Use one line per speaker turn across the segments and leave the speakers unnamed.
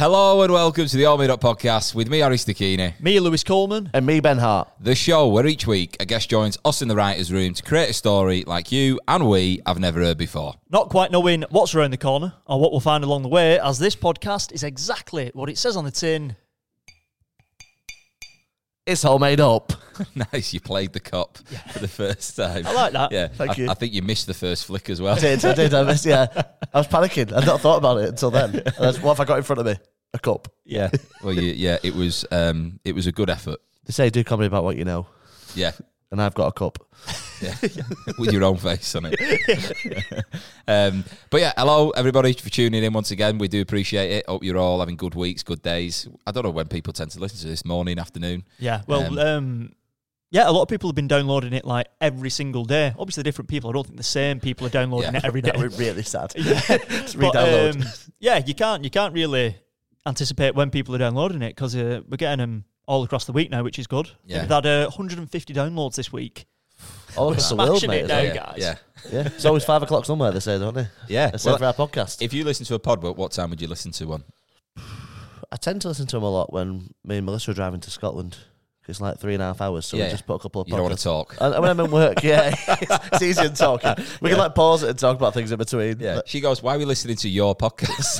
Hello and welcome to the All Made Up podcast with me, Ari Stakini.
Me, Lewis Coleman.
And me, Ben Hart.
The show where each week a guest joins us in the writer's room to create a story like you and we have never heard before.
Not quite knowing what's around the corner or what we'll find along the way, as this podcast is exactly what it says on the tin.
It's all made up.
nice, you played the cup for the first time.
I like that.
Yeah,
Thank
I,
you.
I think you missed the first flick as well.
I did, I did. I missed, yeah. I was panicking. I'd not thought about it until then. And I was, what have I got in front of me? A cup.
Yeah. Well, you, yeah, it was um, it was a good effort.
They say do comedy about what you know.
Yeah.
And I've got a cup.
yeah, with your own face on it. um, but yeah, hello everybody for tuning in once again. We do appreciate it. Hope you're all having good weeks, good days. I don't know when people tend to listen to this morning, afternoon.
Yeah, well,
Um,
um, yeah, a lot of people have been downloading it like every single day. Obviously, different people. I don't think the same people are downloading
Yeah.
it every day.
That was really sad. Just
But,
re-download.
um, yeah, you can't you can't really anticipate when people are downloading it because uh, we're getting them all across the week now, which is good.
Yeah.
We've had uh, 150 downloads this week.
all across the world,
smashing
mate.
it
isn't
now.
it?
yeah,
guys.
Yeah.
Yeah. It's always five o'clock somewhere, they say, don't they?
Yeah.
Except
Well,
for our podcast.
if you listen to a pod, what what time would you listen to one?
I tend to listen to them a lot when me and Melissa are driving to Scotland. 'cause It's like three and a half hours, so
Yeah.
we just put a couple of
You don't want to talk.
podcasts. And when I'm in work, yeah, it's easier than talking. We can like pause it and talk about things in between.
Yeah. She goes, Why are we listening to your podcast?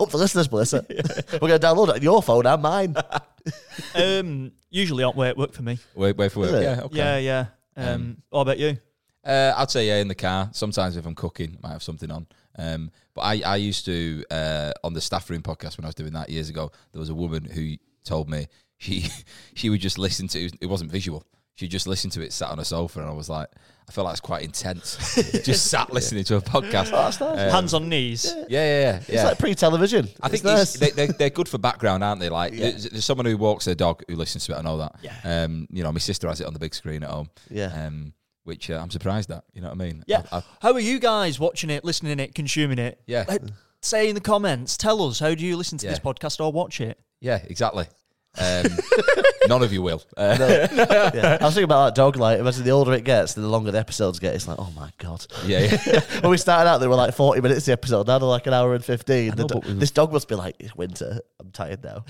Up for listeners, Melissa. We're going to download it on your phone and mine.
Um, usually aren't way at work for me.
wait, wait for work.
it?
Yeah, okay.
Yeah, yeah. Um, what about you?
Uh, I'd say yeah, in the car. Sometimes if I'm cooking, I might have something on. Um, but I, I used to uh, on the staff room podcast when I was doing that years ago. There was a woman who told me she she would just listen to it wasn't visual. She just listened to it sat on a sofa, and I was like, I feel like it's quite intense. just sat listening to a podcast. Um,
Hands on knees.
yeah, yeah, yeah. yeah.
It's like pre television.
I think
nice.
these, they, they're, they're good for background, aren't they? Like, there's, there's someone who walks their dog who listens to it. I know that.
Yeah.
Um, you know, my sister has it on the big screen at home.
Yeah.
Um, which uh, I'm surprised at. You know what I mean?
Yeah.
I- I-
how are you guys watching it, listening it, consuming it?
Yeah.
Let- say in the comments, tell us how do you listen to this
Yeah.
podcast or watch it?
Yeah, exactly. Um, none of you will. Uh,
Yeah. I was thinking about that dog light. Imagine the older it gets, the longer the episodes get. It's like, oh my god.
yeah, yeah.
when we started out, they were like forty minutes the episode. Now they're like an hour and fifteen. The
know,
do-
but we-
this dog must be like it's winter. I'm tired now.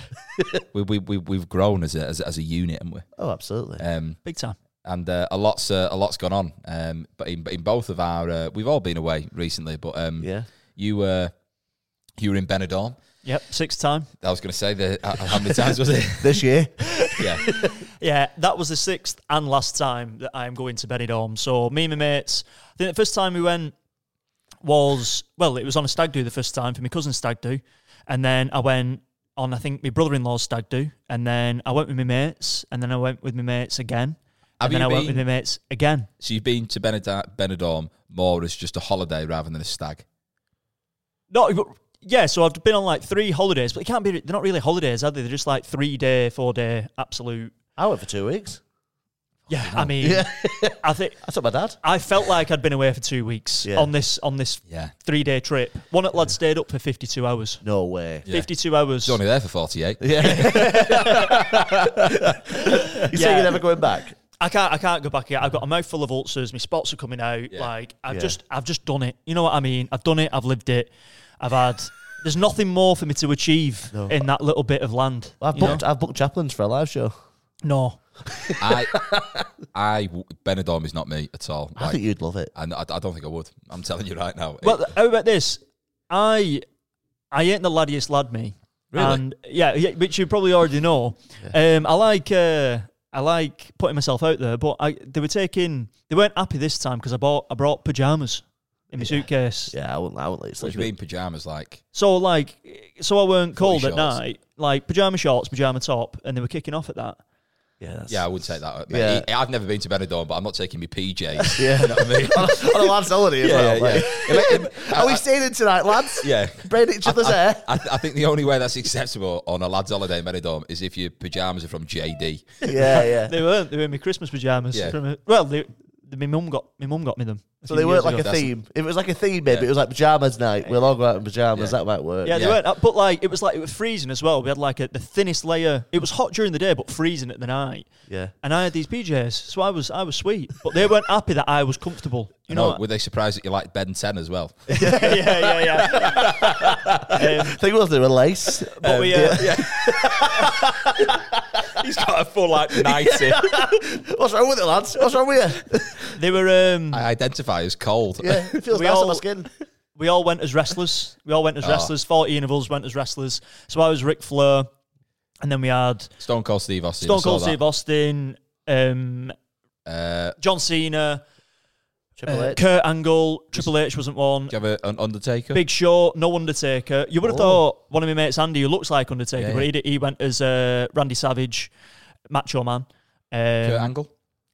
We, we, we, we've grown as a, as, a- as a unit, haven't we?
Oh, absolutely.
Um,
Big time.
and uh, a lot's uh, a lot's gone on. Um, but in, in both of our, uh, we've all been away recently. But um,
yeah.
you were you were in Benidorm.
Yep, sixth time.
I was going to say the how- how many times was it?
This year,
Yeah,
Yeah, that was the sixth and last time that I am going to Benidorm. So me and my mates, I think the first time we went was well, it was on a stag do the first time for my cousin's stag do, and then I went on I think my brother-in-law's stag do, and then I went with my mates, and then I went with my mates again,
Have
and then
you
I went with my
been-
mates again.
so you've been to Benidorm, Benidorm more as just a holiday rather than a stag.
No, but yeah. So I've been on like three holidays, but it can't be. They're not really holidays, are they? They're just like three day, four day, absolute.
I went for two weeks.
Yeah, I mean, I think
I took my dad.
I felt like I'd been away for two weeks
Yeah.
on this on this
Yeah,
three day trip. One at lad stayed up for fifty two hours.
No way.
Yeah.
Fifty two hours.
was only there for forty eight.
Yeah. you say
Yeah.
you're never going back?
I can't. I can't go back again. I've got a mouthful of ulcers. My spots are coming out.
Yeah.
Like I've
Yeah.
just, I've just done it. You know what I mean? I've done it. I've lived it. I've had. There's nothing more for me to achieve
No.
in that little bit of land.
I've
you know?
booked. I've booked Chaplins for a live show.
No.
I, I Benidorm is not me at all.
I
Like,
think you'd love it.
I, I don't think I would. I'm telling you right now. It-
Well, how about this? I I ain't the laddiest lad, me.
Really?
And yeah, yeah, which you probably already know. Um, I like uh, I like putting myself out there, but I they were taking they weren't happy this time because I bought I brought pajamas in my suitcase.
Yeah, I wouldn't. I wouldn't let you
What
sleep.
do you mean pajamas? Like
So like, so I weren't
Footy
cold at
shorts.
night. Like pajama shorts, pajama top, and they were kicking off at that.
Yeah. That's,
yeah, I would take that.
Yeah.
Yeah. I've never been to Benidorm, but I'm not taking me PJs.
Yeah.
you know what I mean.
On a lad's holiday as
yeah,
well.
yeah.
like.
If I-
Are we staying in tonight, lads?
Yeah.
Braid each other's
I,
hair.
I, I think the only way that's acceptable on a lad's holiday in Benidorm is if your pajamas are from JD.
Yeah, yeah.
They weren't. They were my Christmas pajamas.
Yeah.
From a, well, they, my mum got my mum got me them.
So they
few years
weren't like
ago.
a
That's-
theme. If it was like a theme, maybe
Yeah.
it was like pajamas night. We'll all go out in pajamas.
Yeah.
That might work.
Yeah, they
Yeah.
weren't. uh, But like, it was like it was freezing as well. We had like a, the thinnest layer. It was hot during the day, but freezing at the night.
Yeah.
And I had these PJs, so I was I was sweet. But they weren't happy that I was comfortable. You know.
No, were they surprised that you liked Ben 10 as well?
yeah, yeah, yeah. Um,
I think it was they were lace.
but we, uh,
He's got a full like 90.
What's wrong with it, lads? What's wrong with you?
they were. Um,
I identify as cold.
Yeah, it feels
We
nice on my
all-
skin.
we all went as wrestlers. We all went as wrestlers. Fourteen of us went as wrestlers. So I was Ric Flair, and then we had
Stone Cold Steve Austin. I
Stone
saw
Cold
that.
Steve Austin, um,
Uh,
John Cena,
Triple
uh,
H.
Kurt Angle, Triple H wasn't one.
do you have a, an Undertaker?
Big Show, no Undertaker. You would have
Oh.
thought one of my mates, Andy, who looks like Undertaker,
Yeah,
but he, did- he went as uh, Randy Savage, Macho Man. Um,
Kurt Angle?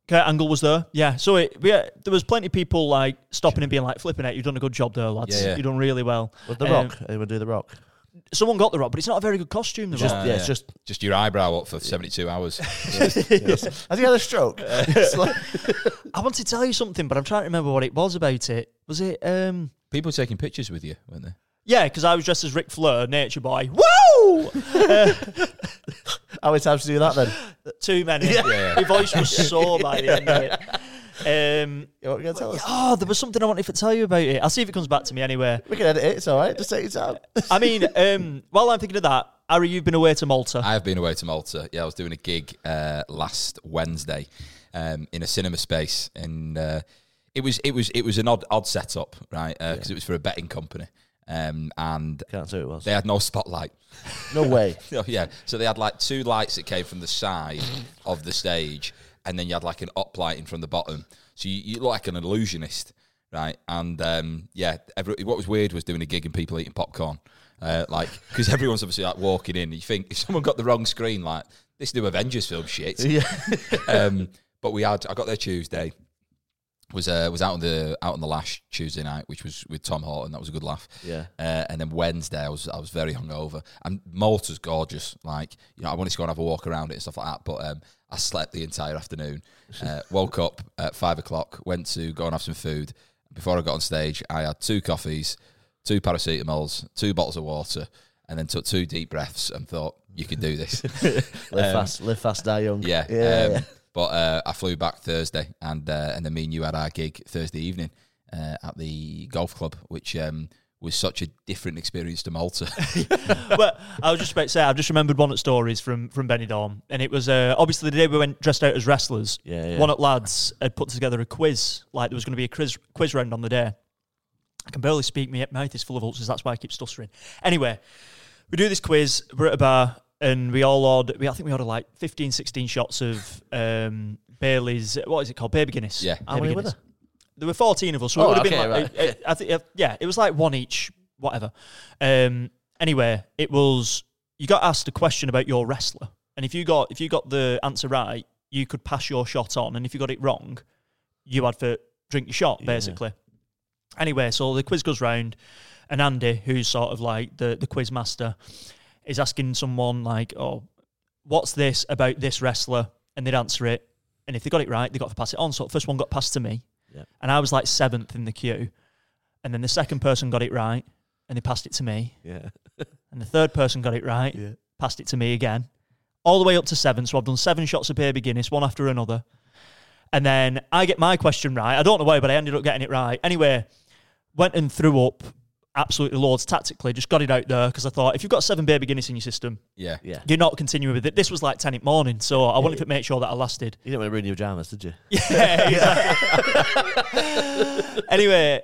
Kurt Angle was there. Yeah. So it, yeah, there was plenty of people like stopping and being like, flipping it. You've done a good job there, lads.
Yeah, yeah.
You've done really well.
With the
Um,
Rock. Anyone do the Rock?
Someone got the rock, but it's not a very good costume, the
Just
rock.
Uh,
yeah,
yeah.
it's just.
Just your eyebrow up for 72 hours.
Has he had a stroke? It's like-
I want to tell you something, but I'm trying to remember what it was about it. Was it. um
People were taking pictures with you, weren't they?
Yeah, because I was dressed as Ric Flair, Nature Boy. Woo!
How many times do you do that then?
Too many.
Yeah.
My voice was sore by the end of it. Um,
You want to tell us?
Oh, there was something I wanted to tell you about it. I'll see if it comes back to me anyway.
We can edit it. It's all right. Just take your time.
I mean, um, while I'm thinking of that, Harry, you've been away to Malta.
I have been away to Malta. Yeah, I was doing a gig uh, last Wednesday um, in a cinema space, and uh, it was it was it was an odd odd setup, right? Because it was for a betting company, um, and
Can't say who it was.
they had no spotlight.
No way.
Oh, yeah. So they had like two lights that came from the side of the stage, and then you had like an up lighting from the bottom. So you, you look like an illusionist, right? And um, yeah, every, what was weird was doing a gig and people eating popcorn, uh, like because everyone's obviously like walking in. You think if someone got the wrong screen, like this new Avengers film shit.
Yeah.
um, but we had I got there Tuesday. Was uh, was out on the out on the lash Tuesday night, which was with Tom Horton. That was a good laugh.
Yeah.
Uh, and then Wednesday, I was I was very hungover. And Malta's gorgeous. Like you know, I wanted to go and have a walk around it and stuff like that. But um, I slept the entire afternoon. Uh, woke up at five o'clock. Went to go and have some food. Before I got on stage, I had two coffees, two paracetamols, two bottles of water, and then took two deep breaths and thought, "You can do this."
Live fast, live fast, die young.
Yeah.
Yeah.
Um, but uh, I flew back Thursday, and uh, and then me and you had our gig Thursday evening uh, at the golf club, which um, was such a different experience to Malta.
but I was just about to say, I've just remembered one of the stories from from Benidorm, and it was uh, obviously the day we went dressed out as wrestlers.
Yeah, yeah.
One at lads had put together a quiz, like there was going to be a quiz quiz round on the day. I can barely speak. My mouth is full of ulcers. That's why I keep stuttering. Anyway, we do this quiz. We're at a bar, and we all order. We, I think we ordered like 15, 16 shots of um, Bailey's. What is it called? Baby Guinness.
Yeah.
Baby
How many were
Guinness.
there?
There were 14 of us, so
Oh,
it would have
okay,
been like, uh, uh, I think, uh, yeah, it was like one each, whatever. Um, anyway, it was, you got asked a question about your wrestler. And if you got, if you got the answer right, you could pass your shot on. And if you got it wrong, you had to drink your shot,
Yeah.
basically. Anyway, so the quiz goes round, and Andy, who's sort of like the, the quiz master, is asking someone like, "Oh, what's this about this wrestler?" And they'd answer it, and if they got it right, they got to pass it on. So the first one got passed to me,
Yeah.
and I was like seventh in the queue, and then the second person got it right, and they passed it to me,
Yeah.
and the third person got it right,
Yeah.
passed it to me again, all the way up to seven. So I've done seven shots of Baby Guinness, one after another. And then I get my question right. I don't know why, but I ended up getting it right. Anyway, went and threw up absolutely loads tactically, just got it out there because I thought if you've got seven Baby Guinness in your system,
yeah.
Yeah.
you're not continuing with it. This was like 10 in the morning, so I wanted to make sure that I lasted.
You didn't want to ruin your pajamas, did you?
Yeah, exactly. anyway,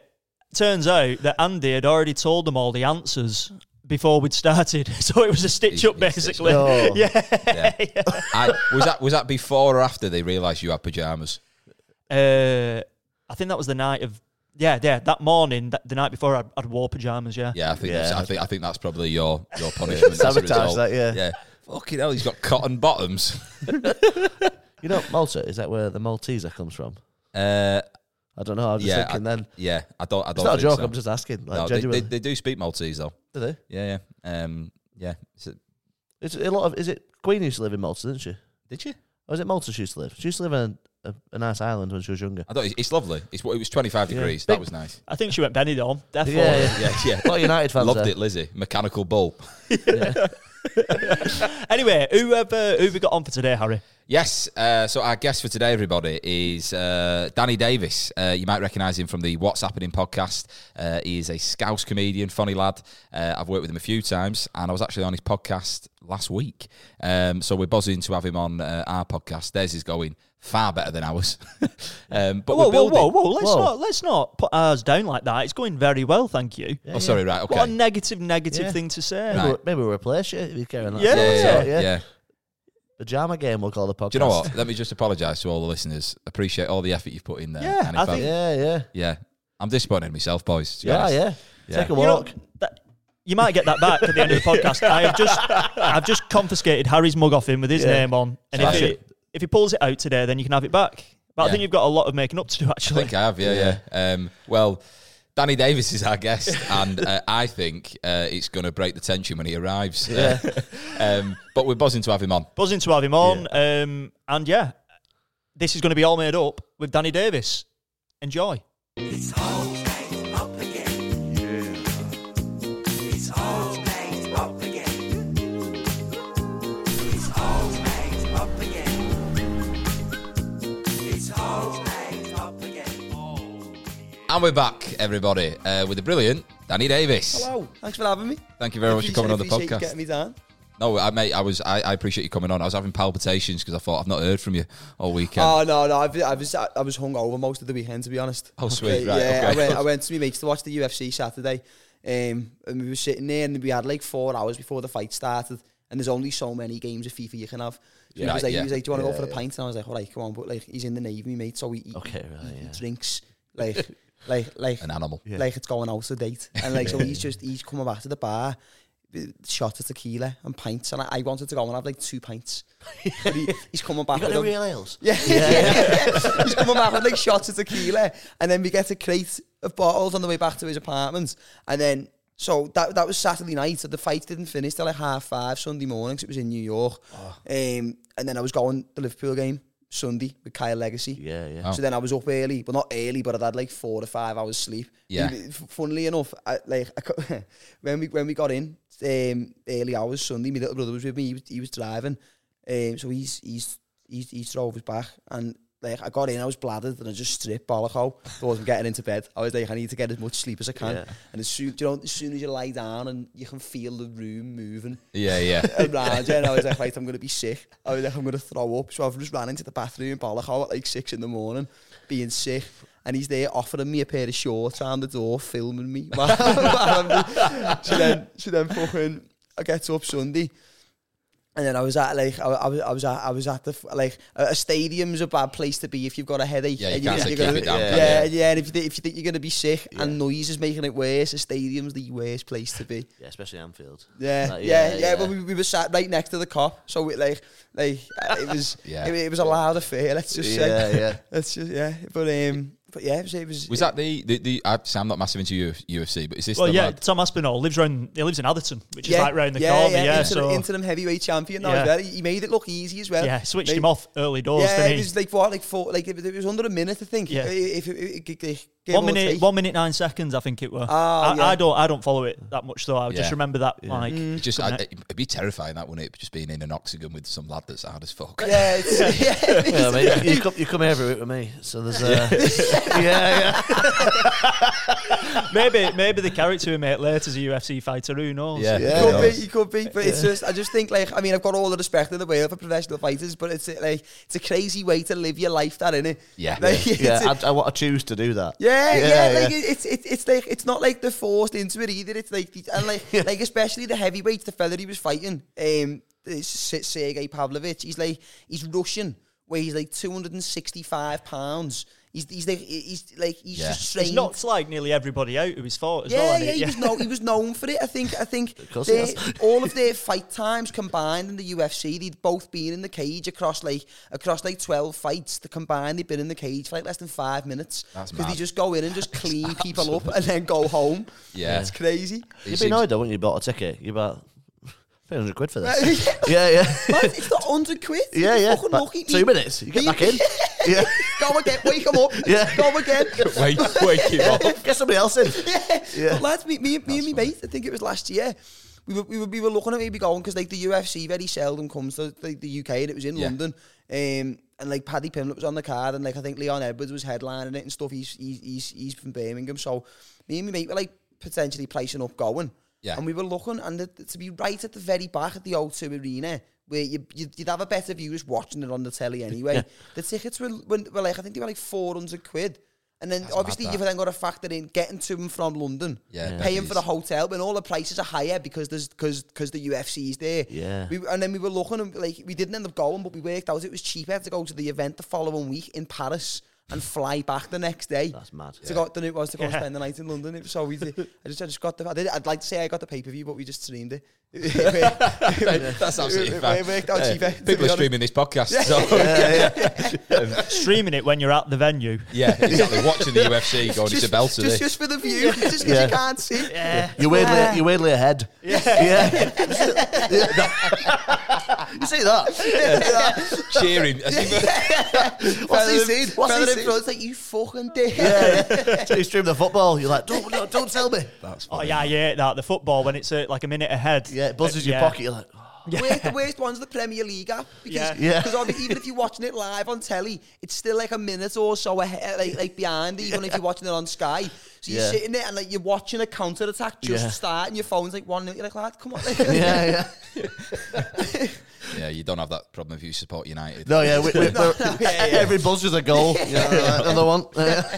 turns out that Andy had already told them all the answers before we'd started, so it was a stitch
He-
up
he stitched
basically.
up.
Yeah.
Yeah. I, was that was that before or after they realised you had pajamas?
Uh, I think that was the night of. Yeah, yeah. That morning, that, the night before, I'd, I'd wore pajamas. Yeah.
Yeah, I think
Yeah.
that's, I think I think that's probably your your punishment. as a
Sabotage
result.
that, yeah.
yeah. Fucking hell, he's got cotton bottoms.
You know, Malta is that where the Malteser comes from?
Uh,
I don't know. I'm just
yeah,
thinking.
I,
then
yeah. I don't. I don't.
it's not a
think
joke.
so.
I'm just asking. Like,
No, they,
genuinely,
they, they do speak Maltese though.
do they?
Yeah, yeah. Um, yeah. Is it-
It's a lot of. Is it Queen used to live in Malta, didn't she?
did you?
Or is it Malta she used to live? She used to live in a, a nice island when she was younger.
I thought it's, it's lovely. It's what it was 25
Yeah.
degrees.
Big-
That was nice.
I think she went Benidorm. Therefore,
Yeah,
Yeah, yeah.
A lot of United fans
Loved
there.
it, Lizzie. Mechanical bull.
anyway, who have uh, who have we got on for today, Harry?
Yes. Uh, so our guest for today, everybody, is uh, Danny Davis. Uh, you might recognise him from the What's Happening podcast. Uh, he is a Scouse comedian, funny lad. Uh, I've worked with him a few times, and I was actually on his podcast last week. Um, so we're buzzing to have him on uh, our podcast. Theirs is going far better than ours. um, but
Whoa,
we're
whoa,
building.
whoa, whoa! Let's
Whoa.
not let's not put ours down like that. It's going very well, thank you.
Oh, sorry. Right. Okay.
What a negative, negative
Yeah.
thing to
Right.
say.
Maybe, we- maybe we'll replace you if you're carrying that.
Yeah,
yeah, yeah,
So,
yeah, yeah.
Pajama game, we'll call the podcast.
Do you know what? Let me just apologise to all the listeners. Appreciate all the effort you've put in there.
Yeah,
and
I
if
think-
Yeah, yeah.
yeah. I'm disappointed in myself, boys. to be
Yeah,
honest.
yeah. Take a
You know,
walk.
that- you might get that back at the end of the podcast. I have just I've just confiscated Harry's mug off him with his
Yeah.
name on, and if
Smash
he,
it.
if he pulls it out today, then you can have it back. But I
Yeah.
think you've got a lot of making up to do
I
actually.
think I have, yeah, yeah. Um, well, Danny Davis is our guest, and uh, I think uh, it's going to break the tension when he arrives. Yeah. um, but we're buzzing to have him on.
Buzzing to have him on, um, and yeah, this is going to be all made up with Danny Davis. Enjoy.
It's all made up again. Yeah. It's all made up again. It's all made up again. It's all made up again.
And we're back, everybody, uh, with the brilliant Danny Davis.
Wow, Oh, thanks for having me.
Thank you very much for coming on the
Appreciate- appreciate
podcast.
you Getting me down.
No, I, mate, I was, I, I appreciate you coming on. I was having palpitations because I thought I've not heard from you all weekend.
Oh no, no, I've, I was I was hungover most of the weekend to be honest.
Oh, sweet,
Uh,
right,
yeah, I
okay.
went I went to my mates to watch the UFC Saturday, um, and we were sitting there and we had like four hours before the fight started, and there's only so many games of FIFA you can have. So
Yeah,
he was like,
yeah.
he was like, do you want to
Yeah,
go for a
yeah.
pint? And I was like, all right, come on, but like he's in the navy, mate, so he, he
Okay, right, yeah.
drinks like like like
An animal.
Yeah.
like it's going out to date. And like, so he's just, he's coming back to the bar, uh, shot of tequila and pints. And I, I wanted to go and have like two pints. But he, he's coming back.
You got
with
no
them-
real ales?
yeah. he's coming back with like shots of tequila. And then we get a crate of bottles on the way back to his apartment. And then, so that that was Saturday night. So the fight didn't finish till like half five Sunday morning 'cause it was in New York. Um, and then I was going the Liverpool game Sunday with Kyle Legacy.
Yeah, yeah.
Oh.
So then I was up early, but not early, but I'd had like four to five hours sleep.
Yeah.
F- Funnily enough, I, like I, co- when we when we got in um, early hours Sunday, my little brother was with me. He was, he was driving, um, so he's he's he's he drove us back, and like I got in, I was bladdered, and I just stripped bollock I wasn't getting into bed. I was like, I need to get as much sleep as I can.
Yeah.
And as soon you know, as soon as you lie down, and you can feel the room moving
Yeah, yeah.
around you, and I was like, right, I'm going to be sick. I was like, I'm going to throw up. So I've just ran into the bathroom in Balachal at like six in the morning, being sick. And he's there offering me a pair of shorts around the door, filming me. while I'm- so then, so then fucking, I get up Sunday. And then I was at like I, I was I was at I was at the f- like a a stadium's a bad place to be if you've got a headache.
Yeah, you
and
can't
think
say
you're
keep
gonna-
it down,
yeah,
can
yeah,
you?
yeah, and if you, thi- if you think you're going to be sick and
Yeah.
noise is making it worse, a stadium's the worst place to be.
Yeah, especially Anfield.
Yeah,
Like,
yeah, yeah, But we, we were sat right next to the cop, so it like, like uh, it was,
Yeah.
it, it was a loud affair. Let's just
yeah,
say,
yeah.
let's just yeah. But um, but yeah, it was. It was,
Was that the, the, the I, see, I'm not massive into Uf- UFC, but is this
Well,
the
yeah,
lad?
Tom Aspinall lives round. He lives in Atherton, which is
yeah,
like round the
yeah,
corner. Yeah,
Yeah, interim,
so
interim heavyweight champion. Now
Yeah.
as well. He he made it look easy as well.
yeah, switched
They-
him off early doors.
Yeah,
didn't
it
he?
was like what, like four, like it, was- it was under a minute, I think.
Yeah.
If, if, if, if, if, give
one
or
minute,
take.
one minute nine seconds. I think it were.
Ah,
I,
yeah. Mm.
I don't, I don't follow it that much though. I
Yeah.
just remember that like
Just,
couldn't
I,
it?
it'd be terrifying that, wouldn't it? Just being in an octagon with some lad that's hard as fuck.
Yeah, it's, yeah, it
Yeah,
is.
mate, you, come, you come every week with me, so there's uh, yeah, yeah,
maybe, maybe the character we make later is a UFC fighter. Who knows?
Yeah.
You
Yeah.
could be, you could be, but it's just I just think like I mean I've got all the respect in the world for professional fighters, but it's like it's a crazy way to live your life, that innit?
Yeah.
like, it's
yeah.
a-
I, I, want to choose to do that.
yeah, yeah,
yeah.
like it's it's it's like it's not like they're forced into it either. It's like the- and like like especially the heavyweight, the fella he was fighting, um, it's Se- Sergey Pavlovich. He's like he's Russian, where he's like two hundred and sixty five pounds. He's he's like he's like he's
Yeah.
just
He's
trained.
knocked like nearly everybody out who he's fought as
yeah,
well.
yeah,
hasn't
he was known. He was known for it. I think. I think
course he
their-
has.
all of their fight times combined in the UFC, they'd both been in the cage across like across like twelve fights. The combined, they'd been in the cage for like less than five minutes
That's
they
mad.
just go in and just clean people up and then go home.
Yeah.
it's
He
crazy.
You'd be
seems-
annoyed though, wouldn't you? You Bought a ticket, you bought three hundred quid for this.
Right.
yeah, yeah,
Mate, it's not hundred quid.
yeah,
You're
yeah.
fucking
But
lucky.
Two minutes, you get back in. Yeah.
Go again. Wake him up.
Yeah.
Go again.
Wake, wake him up.
Get somebody else in.
yeah.
Yeah.
But lads, me, me, me
That's
and my mate, I think it was last year, we were, we were, we were looking at maybe going because like the UFC very seldom comes to the, the UK and it was in
Yeah.
London. Um, and like Paddy Pimlet was on the card and like I think Leon Edwards was headlining it and stuff. He's he's he's, he's from Birmingham, so me and my mate were like potentially placing up going.
Yeah.
And we were looking and the, to be right at the very back at the O2 Arena. Where you, you'd, you'd have a better view just watching it on the telly anyway. The tickets were, were, were like, I think they were like 400 quid. And then obviously
that.
you've then got to factor in getting to and from London,
Yeah, Yeah.
paying
that
for the
is-
hotel when all the prices are higher because there's because because the UFC's there.
Yeah.
We, and then we were looking and like we didn't end up going, but we worked out it was cheaper to go to the event the following week in Paris and fly back the next day.
That's mad.
to go than it was to go and
Yeah.
spend the night in London. It was so easy. I just I just got the I did, I'd like to say I got the pay per view, but we just streamed it. That's
That's absolutely fine.
It worked out
Uh,
cheaper. to be
people are
honest.
streaming this podcast. So,
Streaming it when you're at the venue.
yeah, exactly. Watching the UFC going, it's a belt
just,
today.
just for the view, just 'cause
eh? Yeah.
you can't see.
Yeah.
You're weirdly, you're weirdly ahead. Yeah. you see that?
Cheering. As if-
What's he
Fella-
seen? What's
fella
he
in
seen?
front's like, you fucking dick.
So you stream the football. You're like, don't, no, don't tell me.
Oh yeah, I hate that. The football when it's uh, like a minute ahead.
Yeah, it buzzes
Uh, yeah.
your pocket. You're like, oh,
Where's the worst one's the Premier League app because
Yeah.
Yeah.
because obvi- even if you're watching it live on telly, it's still like a minute or so ahead, like, like behind even if you're watching it on Sky. So you're
Yeah.
sitting there and like you're watching a counter attack just
Yeah.
start, and your phone's like one. You're like, lad, come on.
yeah, yeah.
yeah, you don't have that problem if you support United.
No, yeah. We, we, Every buzz is a goal. Yeah, right, another one. Yeah.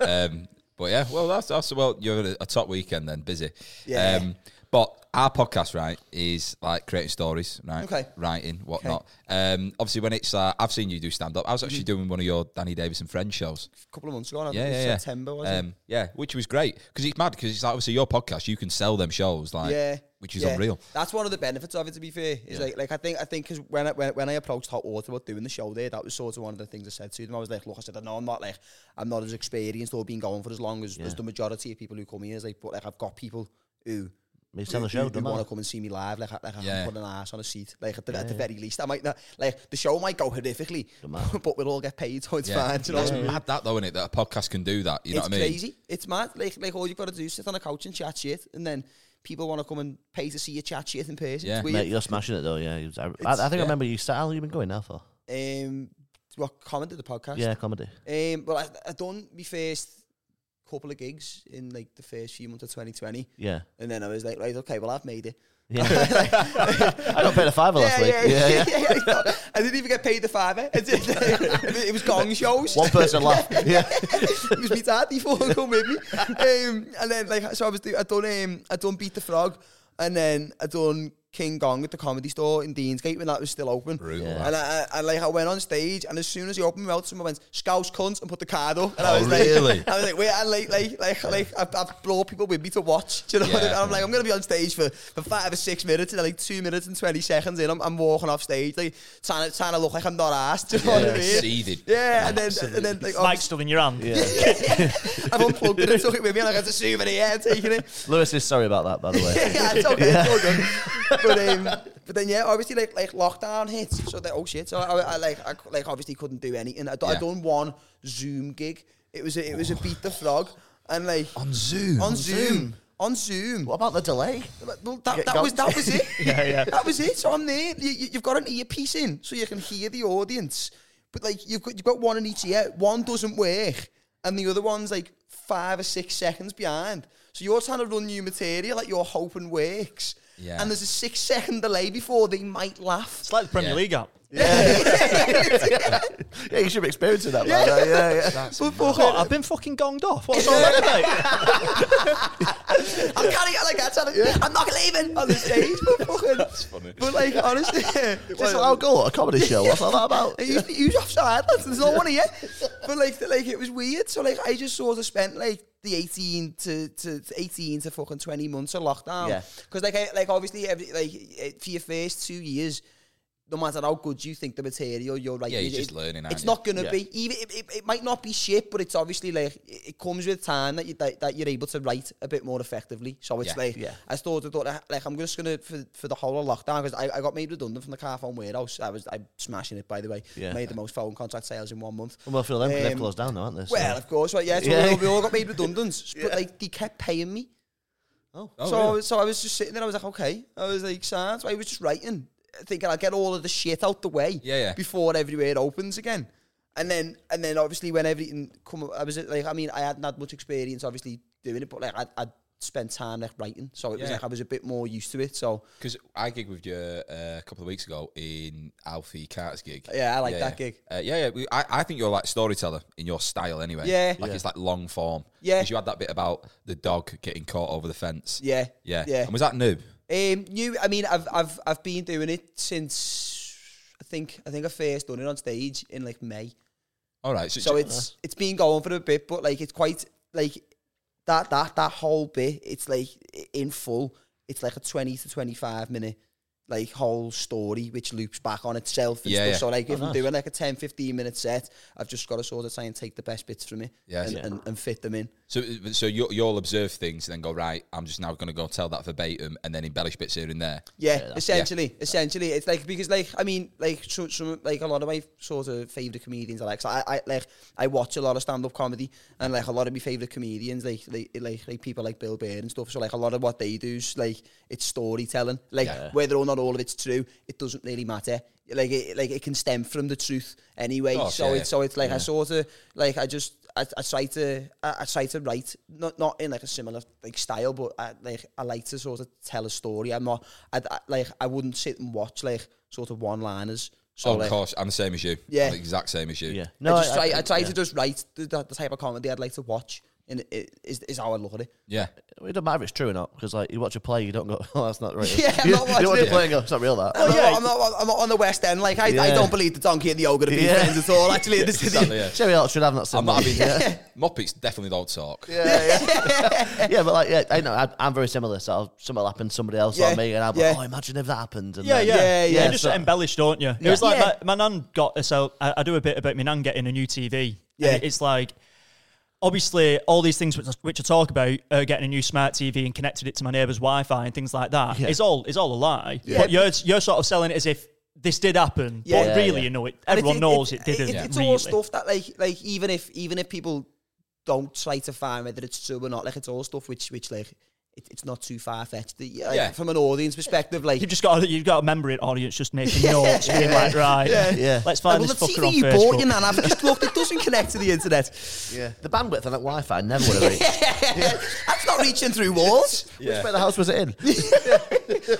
Um, but yeah, well, that's that's well, you're at a- a top weekend then, busy.
Yeah.
Um, but our podcast, right, is like creating stories, right?
Okay.
Writing, whatnot. Um, obviously, when it's uh, I've seen you do stand up. I was
Mm-hmm.
actually doing one of your Danny Davis and Friends shows.
a couple of months ago, I think
Yeah,
it was
yeah, yeah.
September was it?
Um, yeah, which was great because it's mad because it's obviously your podcast. You can sell them shows, like
yeah,
which is
yeah.
unreal.
That's one of the benefits of it. To be fair, is like like I think I think because when I, when, when I approached Hot Water about doing the show there, that was sort of one of the things I said to them. I was like, look, I said, I know I'm not like I'm not as experienced or been going for as long as, as the majority of people who come here. Is like, but like I've got people who
Me selling the show,
who
don't
want to
matter.
come and see me live. Like, I- like I
Yeah.
can put an ass on a seat. Like at the, at the very least, I might not like the show might go horrifically, but we'll all get paid, so it's
Yeah.
fine. do You know
That's
what I mean?
mad that though, is it? That a podcast can do that. You know
it's
what I mean?
crazy. It's mad. Like, like all you've got to do is sit on a couch and chat shit, and then people want to come and pay to see you chat shit in person.
Yeah.
It's
Mate,
weird.
you're smashing it though. Yeah, You- I, I, I think I
yeah.
remember you. How long you been going now for?
Um, what commented the podcast?
Yeah, comedy.
Um, well, I, I done my first couple of gigs in like the first few months of 2020,
Yeah,
and then I was like, right, okay, well, I've made it.
yeah. I got paid a fiver last week. Yeah, yeah.
I didn't even get paid the fiver. I did- it was gong shows.
One person left. Yeah,
it was me dad. He fucking come with me. Um, and then like so I was do I done um, I done beat the frog, and then I done äh, King Gong at the comedy store in Deansgate when that was still open.
Brutal.
Yeah.
that.
And I, I, I like I went on stage, and as soon as he opened my mouth, someone went "scouse cunt" and put the card up. And I
Oh,
was
really?
like, I was like, wait, I like like like like I, I brought people with me to watch. Do you know? What I
Yeah.
mean? And I'm like, I'm gonna be on stage for, for five or six minutes, and then, like two minutes and twenty seconds in, I'm, I'm walking off stage, like trying to trying to look like I'm not asked. Do you know what I
Yeah,
mean?
seeded.
Yeah, and then and then like
Mike's still in your hand.
yeah.
I've unplugged it and took it with me, and I got to assume it here, taking it.
Lewis is sorry about that, by the way.
yeah, it's okay, it's all good. But um, but then yeah, obviously like like lockdown hit, so that oh shit, so I, I, I like I c- like obviously couldn't do anything. I, d- I
Yeah.
done one Zoom gig. It was a, it was a beat the frog, and like on,
on Zoom.
Zoom. On Zoom,
what about the delay?
well, that,
Get
that
got-
was that was it.
Yeah, yeah.
That was it. So I'm there. You, you, you've got an earpiece in, so you can hear the audience. But like you've got you've got one in each ear. One doesn't work, and the other one's like five or six seconds behind. So you're trying to run new material like you're hoping works.
Yeah.
And there's a six second delay before they might laugh.
It's like the Premier
Yeah.
League app.
Yeah, you should be experiencing that. by now. Yeah, yeah.
But fucking-
What, I've been fucking gonged off. What's all that about?
I'm carrying it like that. trying to- I'm not leaving on the stage. But fucking, That's
funny.
But like honestly,
Just allow go at a comedy show. What's all that about?
It used to use offside, lads. There's no one here. But like, like it was weird. So like, I just sort of spent like the 18 to, to, to 18 to fucking 20 months of lockdown.
Yeah.
Because like, I, like obviously, every, like eh, for your first two years, no matter how good you think the material you're writing,
Yeah, you're
is,
just
it-
learning, aren't
It's
you?
not gonna
Yeah.
be even it, it, it might not be shit, but it's obviously like it, it comes with time that you that, that you're able to write a bit more effectively. So it's
Yeah.
like
Yeah.
I thought I thought like I'm just gonna for, for the whole of lockdown because I, I got made redundant from the car phone warehouse. I was I'm smashing it by the way.
Yeah.
Made the most phone contract sales in one month.
And well, for them, 'cause they've
Um,
closed down, though, aren't they? So-
Well, of course, right? Yeah, so
Yeah.
We, all, we all got made redundant, but like they kept paying me.
Oh,
so, I
really?
was, so I was just sitting there. I was like, okay. I was like, sad. So I was just writing, thinking I'll get all of the shit out the way
Yeah, yeah.
before everywhere opens again. And then, and then obviously when everything come, I was like, I mean, I hadn't had much experience obviously doing it, but like I'd, I'd spent time like writing, so it was
Yeah.
like I was a bit more used to it. So
Because I gigged with you uh, a couple of weeks ago in Alfie Cart's gig.
Yeah, I like that
yeah.
gig.
Uh, yeah, yeah. We, I, I think you're like storyteller in your style anyway.
Yeah.
Like it's like long form.
Yeah.
Because you had that bit about the dog getting caught over the fence.
yeah,
Yeah.
yeah.
And was that new?
Um, you, I mean, I've, I've, I've been doing it since I think, I think I first done it on stage in like May.
All right. So,
So
Uh-huh.
it's it's been going for a bit, but like it's quite like that that that whole bit. It's like i- in full. It's like a twenty to twenty five minute like whole story which loops back on itself and
Yeah,
stuff.
yeah.
So like if I'm
nice.
doing like a 10, 15 minute set, I've just got to sort of try and take the best bits from it
Yes.
and,
Yeah.
and, and fit them in.
so so you, you'll observe things and then go right. I'm just now going to go tell that verbatim and then embellish bits here and there. Oh,
Yeah,
that-
essentially, essentially, it's like because like I mean, like so, some like a lot of my sort of favorite comedians are like, so I, I like I watch a lot of stand up comedy and like a lot of my favorite comedians like like like, like people like Bill Burr and stuff. So like a lot of what they do is like it's storytelling. Like
Yeah.
whether or not all of it's true, it doesn't really matter. Like it, like it can stem from the truth anyway.
course,
so
yeah,
it's
yeah.
so it's like I sort of like I just I, I try to I, I try to write not not in like a similar like style, but I, like I like to sort of tell a story. I'm not I, I like I wouldn't sit and watch like sort of one liners. So
oh,
like,
of course. I'm the same as you.
Yeah.
I'm the exact same as you.
yeah.
I just try I, try
yeah.
to just write the, the, the type of comedy I'd like to watch, and it, it is is how I look at it.
Yeah.
It doesn't matter if it's true or not, because like you watch a play, you don't go, "Oh, that's not real."
Yeah, I'm
you,
not
you
watching
watch
it.
a play and go, "It's not real." That.
Oh, yeah, I'm not, I'm not on the West End. Like I, I
Yeah.
don't believe the donkey and the ogre are being
Yeah.
friends at all. Actually, in the city.
Exactly, yeah.
Jerry Hart should have that.
I'm not having
symbol.
Muppets definitely don't talk.
yeah, yeah, but like, yeah, I know I, I'm very similar. So I'll- something will happen to somebody else
Yeah,
or me, and I'll be
yeah.
like, "Oh, imagine if that happened." And
Yeah,
then-
yeah,
Yeah, yeah,
You just
so-
embellish, don't you? It was like
Yeah.
my, my nan got herself. I, I do a bit about my nan getting a new TV.
Yeah.
and it's like obviously all these things which, which I talk about, uh, getting a new smart TV and connected it to my neighbour's Wi-Fi and things like that. It's all it's all a lie. But you're you're sort of selling it as if this did happen,
Yeah.
but
Yeah,
really
yeah.
you know it.
And
Everyone knows it, didn't.
it's
really.
all stuff that like like even if even if people don't try to find whether it's true or not, like it's all stuff which which like it, it's not too far fetched. Like,
Yeah.
From an audience perspective, like
You've just got to, you've got a member in audience just making notes, being like, right,
Yeah.
let's
Like,
find
well, the
this fucker
TV
on
you bought, you
Facebook.
nan, I've just looked. It doesn't connect to the internet.
yeah. The bandwidth on that Wi-Fi never would have reached.
That's not reaching through walls.
Which bit of the house was it in?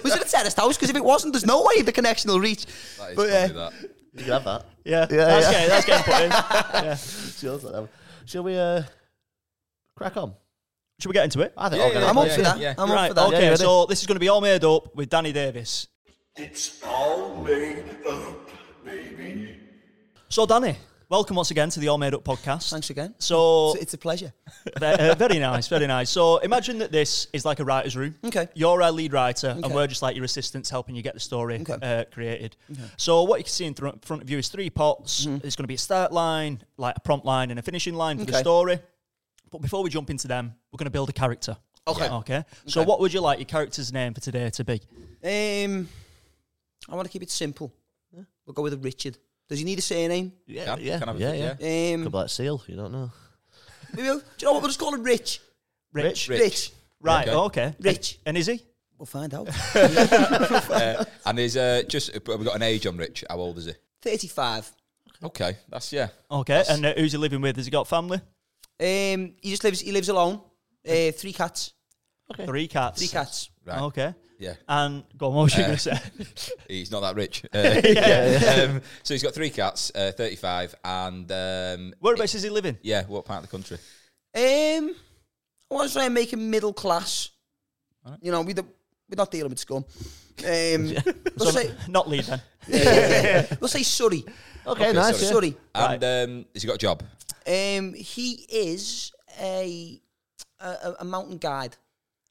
Was it a terraced house? Because if it wasn't, there's no way the connection will reach.
That is
But,
probably
uh,
that.
You can have that.
Yeah,
Yeah,
that's
yeah.
getting that's getting put in.
She loves that. Shall we uh, crack on?
Should we get into it?
I think
Yeah,
I'll get
yeah,
I'm
it.
up
yeah,
for that.
yeah.
I'm up
right,
for that.
okay,
Yeah, you
so this is going to be all made up with Danny Davis.
It's all made up, baby.
So, Danny, welcome once again to the All Made Up podcast.
Thanks again.
So,
It's, it's a pleasure.
ve- uh, very nice, very nice. So, imagine that this is like a writer's room.
Okay.
You're our lead writer, and
Okay.
we're just like your assistants helping you get the story
Okay. Mm-hmm.
uh, created. So, what you can see in thr- front of you is three pots. There's going to be a start line, like a prompt line, and a finishing line for the
Okay.
story. But before we jump into them, we're going to build a character.
Okay.
Okay. So, what would you like your character's name for today to be?
Um, I want to keep it simple. We'll go with a Richard. Does he need a surname?
Yeah,
Can-
yeah,
can I have a
yeah,
think,
yeah.
yeah?
Um,
Could be like seal. You don't know.
we will. Do you know what? We'll just call him Rich.
Rich.
Rich.
Right.
Okay.
Okay.
Rich.
And is he?
We'll find out.
Uh, and is uh, just we've got an age on Rich. How old is he?
35.
Okay, that's yeah.
Okay, and uh, who's he living with? Has he got family?
Um, he just lives. He lives alone. Uh, three cats.
Three cats.
Three cats.
Right.
Okay.
Yeah,
And go on, what was you going to say?
he's not that rich. Uh, um, so he's got three cats, uh, thirty-five, and um,
Whereabouts is he living?
yeah, what part of the country?
Um, I want to try and make him middle class. You know, we don't, we're not dealing with scum. Um, we'll,
So,
say,
not lead then.
we'll say Surrey.
Okay, nice.
sorry.
yeah.
Surrey.
And um, has he got a job?
Um, he is a, a a mountain guide.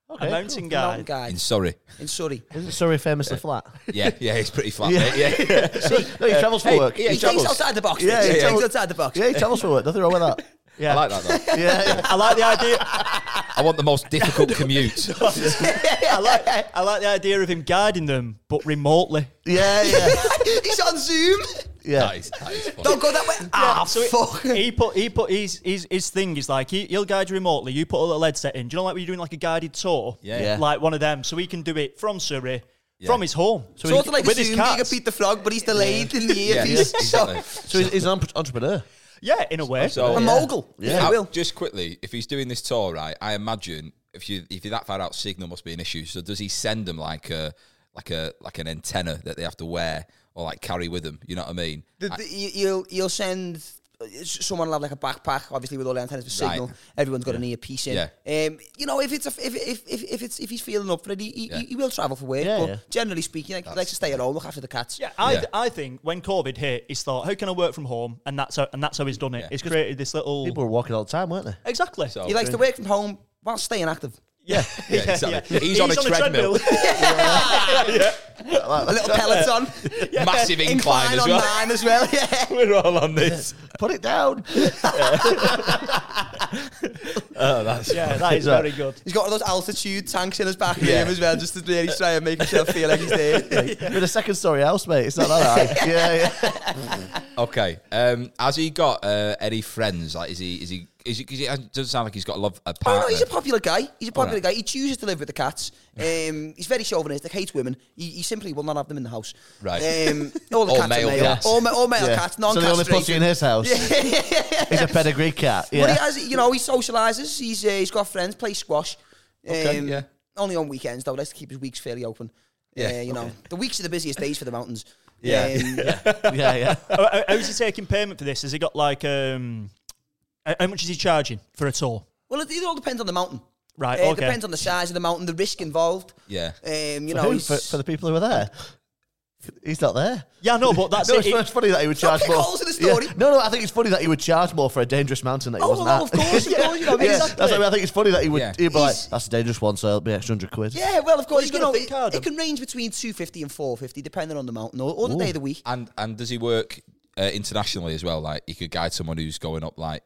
Okay,
a mountain guy.
Mountain guy
In Surrey.
in Surrey.
Isn't Surrey famously flat?
Yeah, yeah, it's pretty flat.
Yeah.
mate, Yeah, yeah.
no, he travels for
hey,
work.
yeah,
He thinks outside the box.
Yeah,
Yeah, he
yeah.
thinks outside the box.
Yeah, he travels for work. Nothing wrong with that.
Yeah,
I like that though.
Yeah, yeah.
I like the idea.
I want the most difficult commute.
I like, I like the idea of him guiding them, but remotely.
Yeah, yeah,
He's on Zoom.
yeah.
That is, that is funny.
Don't go that way. Ah,
so he-
fuck.
He put he put his his, his thing is like he, he'll guide you remotely. You put a little headset in. Do you know like when you're doing like a guided tour?
Yeah.
Yeah.
Like one of them, so he can do it from Surrey, from his home. So
sort of like
with
the
his
Zoom
cats.
Giga Pete the Frog, but he's delayed in the
Yeah,
earpiece. So,
exactly.
So he's, he's an entre- entrepreneur.
yeah, in a way.
So,
a mogul.
Yeah.
Yeah,
I-
I will.
just quickly, if he's doing this tour, right, I imagine if you if you're that far out, signal must be an issue. So does he send them like a like a like an antenna that they have to wear or like carry with them? You know what I mean?
The, the, you, you'll you'll send uh, s- someone will have like a backpack, obviously with all the antennas for
Right.
signal. Everyone's got an earpiece in. Um, you know, if it's a, f- if, if if if it's if he's feeling up for it, he, he,
Yeah.
he will travel for work.
Yeah,
but
yeah.
generally speaking, like, he likes to stay at home, look after the cats.
Yeah, I,
Yeah.
I think when COVID hit, he's thought, how can I work from home? And that's how, and that's how he's done it.
Yeah.
He's created this little
People were walking all the time, weren't they?
exactly.
So-
He likes to work from home while staying active.
yeah.
Yeah, exactly. He's on a treadmill.
A little Peloton,
Massive incline,
incline
as
on
well.
mine as well. Yeah.
We're all on this.
Put it down.
Oh,
yeah, that is very good.
He's got all those altitude tanks in his back
Yeah.
room as well, just to really try and make himself feel like he's there.
With a second story house, mate. It's not that high. yeah, yeah.
Okay. Um, has he got uh, any friends? Like, is he is he is he? Cause it doesn't sound like he's got a love a
Oh
partner.
no, he's a popular guy. He's a popular
Alright.
guy. He chooses to live with the cats. Um, he's very chauvinistic, hates women. He, he simply will not have them in the house.
Right.
Um, all the
All
cats
male
are male.
cats.
All, ma- all male
yeah.
cats,
so
non-castrated.
the only pussy in his house is a pedigree cat.
But he
Yeah.
has, you know, he socialises. He's uh, he's got friends. Plays squash. Um,
Okay, yeah.
Only on weekends though. Let's keep his weeks fairly open.
Yeah,
Yeah. you know, the weeks are the busiest days for the mountains.
Yeah.
Um,
yeah, yeah.
How- how- How's he taking payment for this? Has he got like um, how how much is he charging for a tour?
Well, it, it all depends on the mountain.
Right,
Uh, It
okay.
depends on the size of the mountain, the risk involved.
Yeah.
Um, you
For
know,
who?
he's-
for, for the people who were there. He's not there.
Yeah, no, but that's
No,
it.
it's, it's funny that he would
Don't
charge
pick
more.
holes in the
Yeah.
story.
No, no, I think it's funny that he would charge more for a dangerous mountain that he
Oh,
wasn't
well,
at.
of course, of course, you know,
yeah,
exactly.
That's what I, mean. I think it's funny that he would.
Yeah.
He'd be like,
He's-
"That's a dangerous one, so it'll be extra hundred quid."
Yeah, well, of course,
he's
you
gotta
know,
think
it,
hard,
it
um,
can range between 250 and 450, depending on the mountain or, or the day of the week.
And and does he work uh, internationally as well? Like, he could guide someone who's going up like.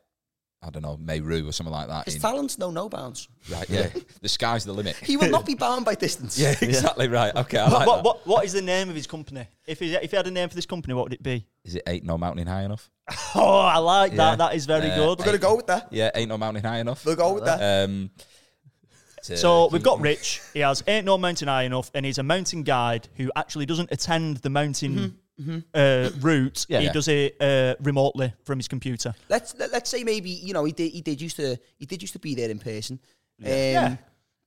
I don't know, Meru or something like that.
His
in-
talents know no bounds.
right, yeah. the sky's the limit.
He will not be bound by distance.
Yeah, exactly right. Okay, I
What,
like
what,
that.
what, what is the name of his company? If he, if he had a name for this company, what would it be?
Is it Ain't No Mountain High Enough?
Oh, I like
Yeah.
that. That is very
Uh,
good.
We're going to go with that.
Yeah, Ain't No Mountain High Enough.
We'll go with that.
Um, to-
So we've got Rich. He has ain't no mountain high enough, and he's a mountain guide who actually doesn't attend the mountain
Mm-hmm,
Uh, route.
Yeah.
he
Yeah.
does it uh, remotely from his computer.
Let's let, let's say maybe you know he did he did used to he did used to be there in person. Um,
Yeah.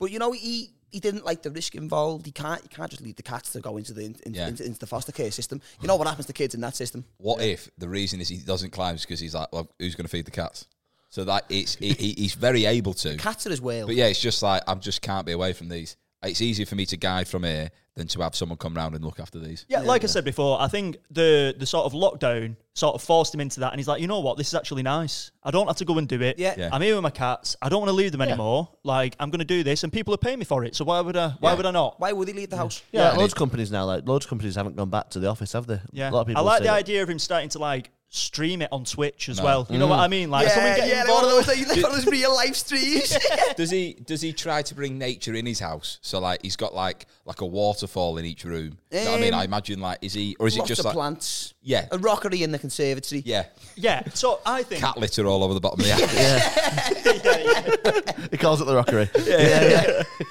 But you know he he didn't like the risk involved. He can't you can't just leave the cats to go into the in,
Yeah.
into, into the foster care system. You know what happens to kids in that system?
What if the reason is he doesn't climb is because he's like, well, who's going to feed the cats? So that it's he, he- he's very able to.
Cats are his world.
But yeah, it's just like I just can't be away from these. It's easier for me to guide from here than to have someone come round and look after these.
Yeah, like I said before, I think the the sort of lockdown sort of forced him into that, and he's like, you know what, this is actually nice. I don't have to go and do it.
Yeah. Yeah.
I'm here with my cats. I don't want to leave them anymore. Like I'm going to do this, and people are paying me for it. So why would I? Why
Yeah.
would I not?
Why would he leave the house?
Yeah,
and
loads
it-
of companies now, like loads of companies haven't gone back to the office, have they?
Yeah,
a lot of people.
I like
say
the
that.
idea of him starting to like stream it on Twitch as well. You know what I mean? Like, someone get
Mm. Uh, yeah,
involved.
one of those like, one of those real life streams.
Does he does he try to bring nature in his house? So like he's got like like a waterfall in each room. You know what I mean,
Um,
I imagine like is he or is it
Lots
just
of
like
plants.
Yeah.
a rockery in the conservatory.
yeah
Yeah, so I think
cat litter all over the bottom of the house?
He calls it the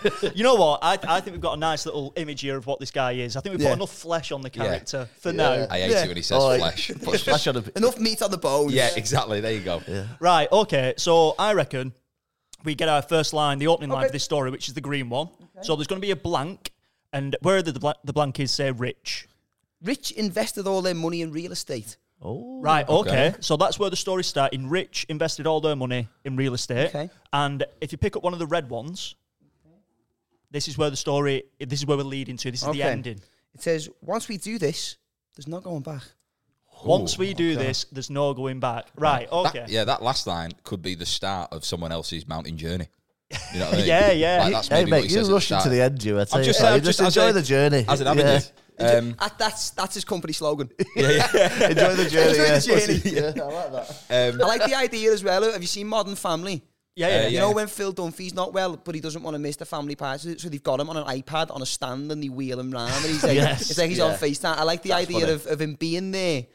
rockery.
You know what? I, I think we've got a nice little image here of what this guy is. I think we put
Yeah.
enough flesh on the character for now.
I hate
Yeah.
it when he says
Oh, I-
flesh.
Put flash on him.
Enough meat on the bones.
yeah, exactly. There you go.
Right, okay. So I reckon we get our first line, the opening line
Okay.
for this story, which is the green one. So there's going to be a blank, and where the, bla- the blank is, say, rich.
Rich invested all their money in real estate.
Oh,
Right, okay.
Okay.
So that's where the story's starting. Rich invested all their money in real estate.
Okay.
And if you pick up one of the red ones, this is where the story, this is where we're leading to. This is the
Okay.
ending.
It says, once we do this, there's no going back.
Once we do this, there's no going back. Right, okay.
That, yeah, that last line could be the start of someone else's mountain journey. You know what I mean?
Yeah, yeah.
Like, that's
hey,
maybe what
mate,
he
you
says at the
rushing to
start.
the end, you. I tell
I'm
you,
just
you
saying, I'm
just,
just- I'm
enjoy
saying-
the journey.
As an
Yeah.
admin, um,
That- that's that's his company slogan.
yeah, yeah.
enjoy the journey.
Enjoy
yeah.
the journey.
Yeah, I like that.
I
um,
like the idea as well. Have you seen Modern Family?
Yeah,
Uh,
yeah,
yeah.
You know when Phil Dunphy's not well, but he doesn't want to miss the family party, so they've got him on an iPad on a stand and they wheel him round. And he's like,
Yes.
it's like he's on
Yeah.
FaceTime. I like the idea
funny.
of, of him being there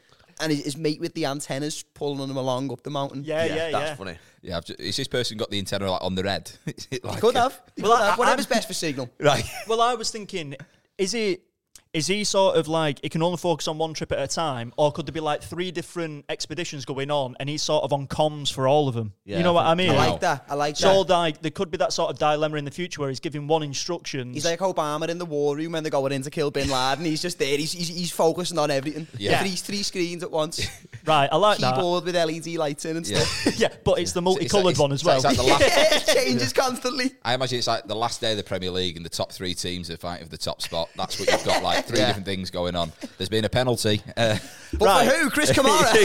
and his, his mate with the antennas pulling him along up the mountain.
yeah, yeah, yeah.
That's funny.
yeah I've just, is this person got the antenna like, on the red? Is it like,
Could have. He
Well,
could
I-
have. Whatever's
I'm-
best for signal.
right?
Well, I was thinking, is it is he sort of like he can only focus on one trip at a time, or could there be like three different expeditions going on, and he's sort of on comms for all of them?
Yeah,
you know
I
what I mean?
think-
I
Wow.
like that. I like
So
that.
like, there could be that sort of dilemma in the future where he's giving one instruction.
He's like Obama in the war room when they're going in to kill Bin Laden. He's just there. He's he's, he's focusing on everything.
Yeah.
Three, three screens at once.
right, I like that.
keyboard with LED lights in and
Yeah.
stuff.
Yeah, but it's the multicolored
it's-
one as
it's
well.
like the last-
it changes constantly.
I imagine it's like the last day of the Premier League and the top three teams are fighting for the top spot. That's what you've got, like three
Yeah.
different things going on. There's been a penalty. Uh,
But for who? Chris Kamara.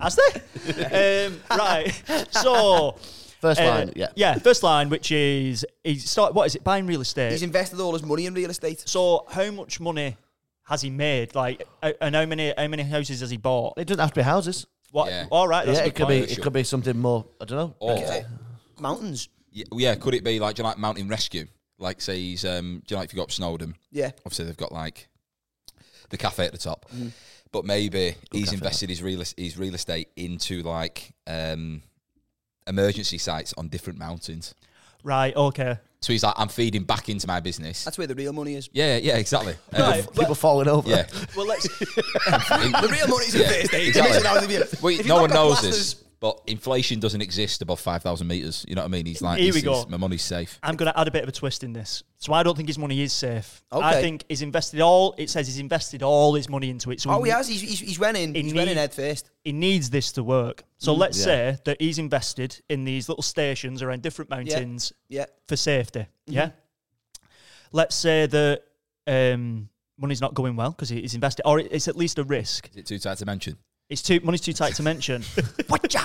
Has there? um, right. So.
First
uh,
line, yeah.
first line, which is he start. What is it? Buying real estate.
he's invested all his money in real estate.
So how much money has he made? Like, uh, and how many how many houses has he bought?
It doesn't have to be houses.
What?
Yeah.
All right, that's
yeah,
a
it
good
could be.
point.
It could be something more. I don't know.
or
Uh, mountains.
y- yeah, could it be like do you know, like mountain rescue? Like say he's um, do you know like if you go up Snowdon,
Yeah.
obviously they've got like the cafe at the top, but maybe he's invested his real es- his real estate into like um, emergency sites on different mountains.
Right. Okay.
So he's like, I'm feeding back into my business.
That's where the real money is.
Yeah, yeah, exactly. Um,
Right.
People falling over.
Yeah.
Well, let's.
The real money's in first aid.
exactly.
It makes it out to be a-
Wait,
If you've
no
not
one
got
knows
plasters-
this, but inflation doesn't exist above 5,000 metres. You know what I mean? He's like,
Here
this
we go.
is- my money's safe.
I'm going to add a bit of a twist in this. So I don't think his money is safe. I
Okay.
think he's invested all. It says he's invested all his money into it. So
Oh, he
ne-
has. He's, he's, he's went in.
He
He's went in
need-
head first.
he needs this to work. So
Mm.
let's
yeah.
say that he's invested in these little stations around different mountains
Yeah. Mm-hmm.
for safety. Yeah. Let's say that um, money's not going well because he's invested, or it- it's at least a risk.
Is it too tight to mention?
It's too money's too tight to mention. Watcha!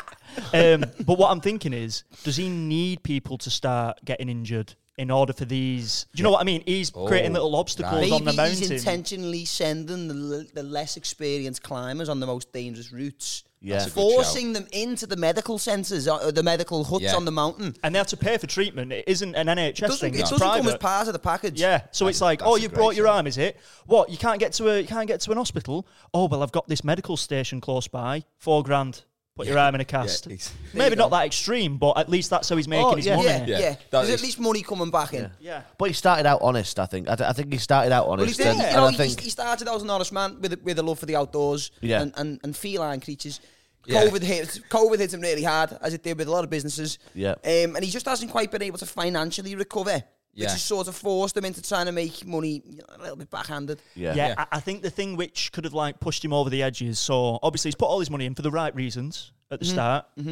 um, but what I'm thinking is, does he need people to start getting injured in order for these? Do you know what I mean? He's creating
Oh,
little obstacles
right.
on the
Maybe
mountain.
he's intentionally sending the, l- the less experienced climbers on the most dangerous routes.
Yeah. That's a
good
Forcing them into the medical centres or or the medical huts
Yeah.
on the mountain.
and they have to pay for treatment. It isn't an NHS
Doesn't,
thing.
it
it's
doesn't come as
private.
part of the package.
Yeah, so it's like,
that's
oh,
a
you
great
brought your
shout.
arm, is it? What you can't get to a you can't get to an hospital? Oh well, I've got this medical station close by. Four grand, put your arm in a cast.
ex-
Maybe not that extreme, but at least that's how he's making
Oh,
his
yeah.
money.
Yeah,
Yeah.
yeah.
That
There's
is-
at least money coming back in.
yeah.
But he started out honest. I think. I, th- I think he started out
Well, he
honest.
did.
and,
you
and
know,
I
he-
think
he started out as an honest man with a, with a love for the outdoors
Yeah.
and, and, and feline creatures.
Yeah.
COVID hit COVID hit him really hard, as it did with a lot of businesses.
Yeah.
Um, and he just hasn't quite been able to financially recover, which
Yeah.
has sort of forced him into trying to make money you know, a little bit backhanded.
yeah.
Yeah, I, I think the thing which could have like pushed him over the edge is so obviously he's put all his money in for the right reasons at
Mm-hmm.
the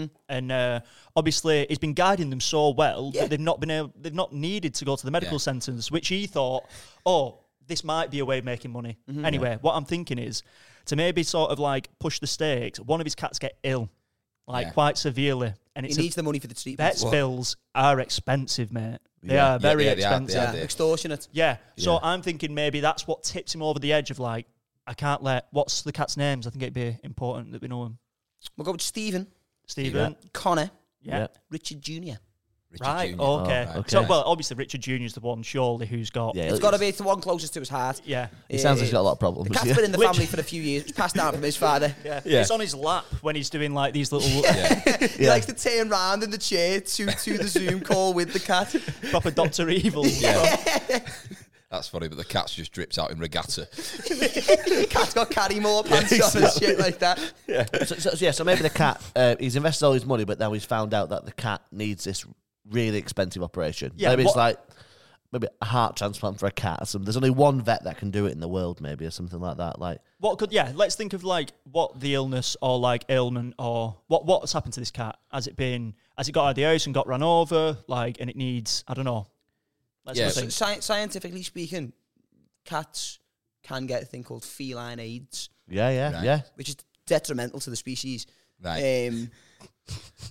start, and uh, obviously he's been guiding them so well
Yeah.
that they've not been able, they've not needed to go to the medical
Yeah.
centres, which he thought, oh, this might be a way of making money.
Mm-hmm.
Anyway, what I'm thinking is to maybe sort of like push the stakes. One of his cats get ill, like
Yeah.
quite severely, and
He
it's
needs
a,
the money for the treatment.
vets bills are expensive, mate. They
Yeah. Yeah,
are very
they are- they are- they
expensive.
are. Yeah.
Extortionate.
Yeah. So
Yeah.
I'm thinking maybe that's what tips him over the edge of like, I can't let. What's the cat's names? I think it'd be important that we know him.
We'll go with Stephen,
Stephen.
Connor,
Yeah.
Yeah.
Richard Jr.
Richard
Right.
Junior.
Okay.
Oh, okay.
So well, obviously Richard Junior's the one surely who's got.
Yeah,
Yeah.
It's got to be it's the one closest to his heart.
Yeah.
It sounds like he's got a lot of
The
problems.
cat's
yeah.
been in the family for a few years. It's passed down from his father.
Yeah.
It's on his lap when he's doing like these little
He likes to turn round in the chair to to the Zoom call with the cat.
proper Doctor Evil.
That's funny, but the cat's just dripped out in regatta.
Cat's got carry more pants on and shit like that.
so, so, so, yeah, so maybe the cat, uh, he's invested all his money, but now he's found out that the cat needs this really expensive operation.
Yeah,
maybe it's
what-
like maybe a heart transplant for a cat or something. There's only one vet that can do it in the world, maybe, or something like that. Like,
What could? Yeah. Let's think of like what the illness or like ailment or what what's happened to this cat. Has it been? Has it got ideas and got run over? Like, and it needs. I don't know. Let's
Yeah.
have a
So
think.
sci- scientifically speaking, cats can get a thing called feline AIDS,
yeah, yeah,
Right.
yeah.
which is detrimental to the species.
Right.
Um,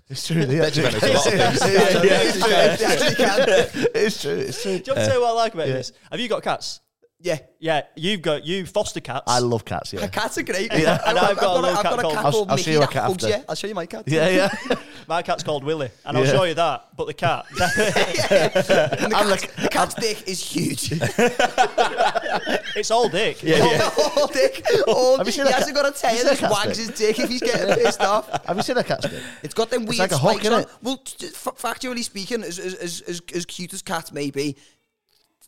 It's true. They
Bet you
actually-
there's a lot of things.
Yeah, yeah,
yeah, yeah, yeah, yeah.
It's true. It's true.
Do you want
Uh,
to say what I like about
yeah.
this? Have you got cats?
yeah.
Yeah, you've got you foster cats.
I love cats. Yeah.
Cats are great.
Yeah. And I've got a little cat
I've got a
called-
cat
I'll-
called
I'll show
Mickey
you a
that
cat
hugs
after.
you. I'll show you my cat.
Yeah, yeah.
My cat's called Willie, and I'll
Yeah.
show you that. But the cat,
And the, cat's, the cat's dick is huge.
it's all dick.
all dick. All
Have you
dick.
seen
He
a cat-
hasn't got a tail.
you
He
seen a
just
cat's
wags
dick?
his dick if he's getting pissed off.
Have you seen a cat's dick?
It's got them weird
like a hook,
spikes on.
innit?
Well, t- t- fa- factually speaking, as as, as as as cute as cats may be,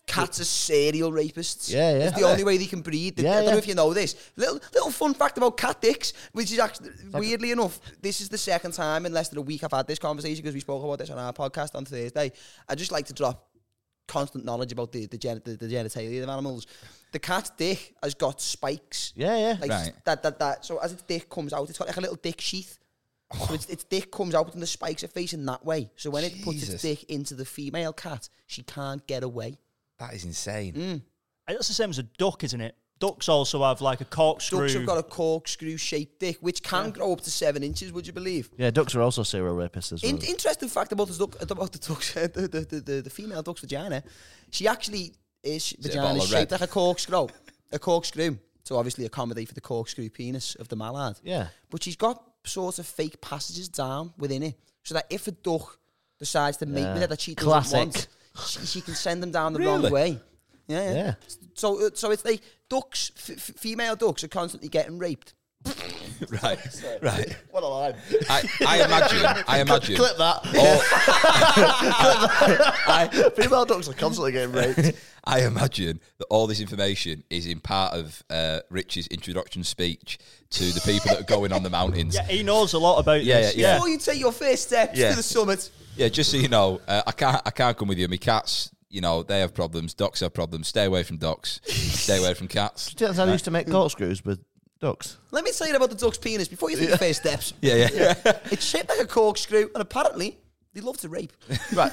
cats are serial rapists.
Yeah, yeah.
It's the
Are
only way they can breed. They-
Yeah,
I don't
yeah.
know if you know this. Little little fun fact about cat dicks, which is actually weirdly enough, this is the second time in less than a week I've had this conversation because we spoke about this on our podcast on Thursday. I just like to drop constant knowledge about the the, gen- the, the genitalia of animals. The cat's dick has got spikes.
Yeah, yeah.
Like
Right.
that, that, that. So as its dick comes out, it's got like a little dick sheath. So its, its dick comes out and the spikes are facing that way. So when it puts
Jesus.
its dick into the female cat, she can't get away.
That is insane.
That's the same as a duck, isn't it? Ducks also have like a corkscrew.
Ducks have got a corkscrew shaped dick, which can grow up to seven inches. Would you believe?
Yeah, ducks are also serial rapists as well.
In- interesting fact about the duck, about the duck's, the, the, the, the, the female duck's vagina. She actually is
it a
vagina
bottle
is
of
shaped
red?
like a corkscrew, a corkscrew. So obviously accommodate for the corkscrew penis of the mallard.
Yeah.
but she's got sort of fake passages down within it, so that if a duck decides to mate with
Yeah.
her that she doesn't
Classic.
want, she, she can send them down the
Really?
wrong way. Yeah, yeah.
Yeah.
So, uh, so it's like ducks, f- f- female ducks are constantly getting raped.
Right. Right.
What a line.
I, I imagine. I imagine.
Clip that.
all-
Female ducks are constantly getting raped.
I imagine that all this information is in part of uh, Rich's introduction speech to the people that are going on the mountains.
yeah, he knows a lot about
Yeah,
this.
yeah, yeah.
Before you take your first steps
Yeah.
to the summit,
Yeah, just so you know, uh, I can't I can't come with you. My cats, you know, they have problems. Docs have problems. Stay away from docs. Stay away from cats.
That's how they used to make corkscrews with ducks.
Let me tell you about the duck's penis before you take your first steps.
Yeah, yeah, yeah.
It's shaped like a corkscrew, and apparently they love to rape.
Right,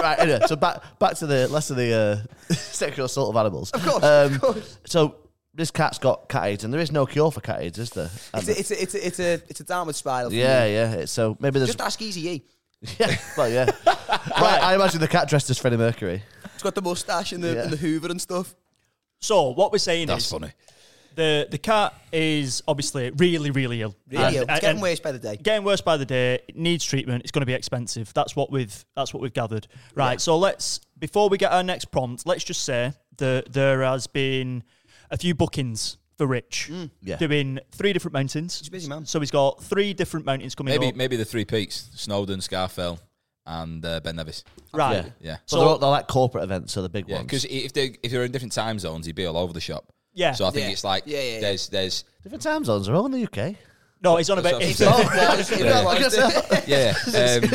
right. Anyway, so back back to the less of the uh, sexual assault of animals. Of
course, of course.
So this cat's got cat AIDS, and there is no cure for cat AIDS, is there?
It's a, it's a, it's a, it's a, it's a downward spiral. for
yeah,
me.
yeah. it's- So maybe there's.
Just ask Easy E.
yeah, well, yeah. right. I imagine the cat dressed as Freddie Mercury.
It's got the mustache and the,
Yeah.
and the Hoover and stuff.
So what we're saying
That's
is
funny.
the the cat is obviously really, really ill.
Really,
And-
ill. it's
and-
getting worse by the day.
Getting worse by the day. It needs treatment. It's going to be expensive. That's what we've that's what we've gathered. Right. So let's before we get our next prompt, let's just say that there has been a few bookings for Rich
Yeah.
doing three different mountains. He's
Mm. a busy man.
So he's got three different mountains coming
Maybe
up.
maybe the three peaks: Snowdon, Scarfell, and uh, Ben Nevis.
Right.
Yeah.
Yeah.
So,
So-
they're, all, they're like corporate events, so the big
Yeah,
ones.
because if they if they're in different time zones, he'd be all over the shop.
Yeah.
So I think
Yeah.
it's like
Yeah, yeah, yeah.
there's there's
Different time zones are all in the UK.
No, he's on about.
That's
It's,
Oh,
what I'm yeah.
you
Um,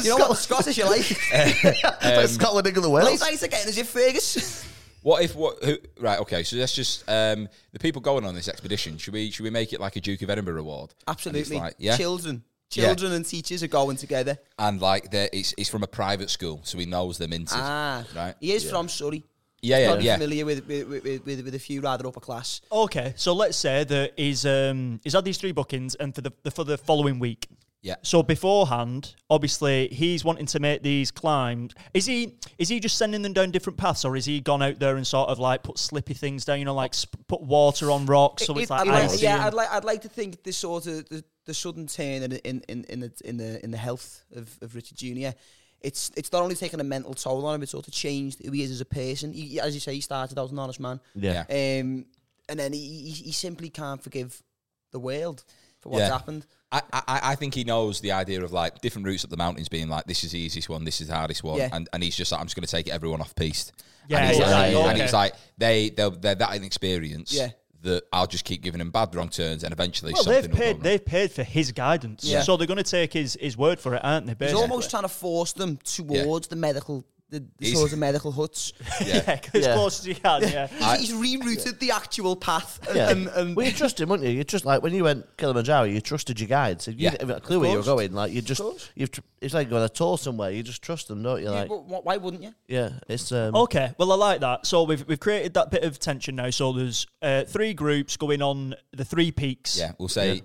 know what? Scottish, you like.
Like Scotland, England, and
Well,
Wales.
it's nice again, is it Fergus?
What if what? Who, right, okay. So that's just um, the people going on this expedition. Should we should we make it like a Duke of Edinburgh award? And it's
Absolutely.
like, yeah.
Children.
Yeah.
Children and teachers are going together.
and like they're- it's it's from a private school, so he knows them into
Ah,
right.
He is from Surrey.
Yeah, yeah,
Probably
yeah.
familiar with, with, with, with, with a few rather upper class.
okay. So let's say that he's um he's had these three bookings, and for the, the for the following week.
Yeah.
So beforehand, obviously, he's wanting to make these climbs. Is he is he just sending them down different paths, or is he gone out there and sort of like put slippy things down? You know, like sp- put water on rocks, so
It-
it's
it-
like
I'd like-
icy
yeah,
and-
I'd like I'd like to think this sort of the, the sudden turn in in, in in the in the in the health of, of Richard Junior. It's it's not only taken a mental toll on him, it's sort of changed who he is as a person. He, as you say, he started out as an honest man,
Yeah.
um, and then he, he he simply can't forgive the world for what's
Yeah.
happened.
I, I, I think he knows the idea of like different routes up the mountains being like this is the easiest one, this is the hardest one,
Yeah.
and, and he's just like I'm just going to take everyone off piste.
Yeah,
and he's,
yeah,
like,
yeah,
and
yeah.
he's like they they're, they're that inexperienced
Yeah.
that I'll just keep giving them bad wrong turns, and eventually
well,
something
they've
will
paid
go wrong.
they've paid for his guidance,
Yeah.
so they're going to take his his word for it, aren't they?
He's
Basically?
almost trying to force them towards the medical the, the
He's-
sort of medical huts.
yeah, as
Yeah.
close as he can. Yeah.
He's, he's rerouted the actual path, and,
Yeah.
and, and
well, you trust him, wouldn't you? You trust like when you went Kilimanjaro, you trusted your guides. So you
Yeah.
didn't have a clue where you were
course.
going. Like you just, you've tr- it's like going on a tour somewhere. You just trust them, don't you? Like,
wh- why wouldn't you?
yeah, it's um,
Okay, well, I like that. So we've we've created that bit of tension now. So there's uh, three groups going on the three peaks.
Yeah, we'll say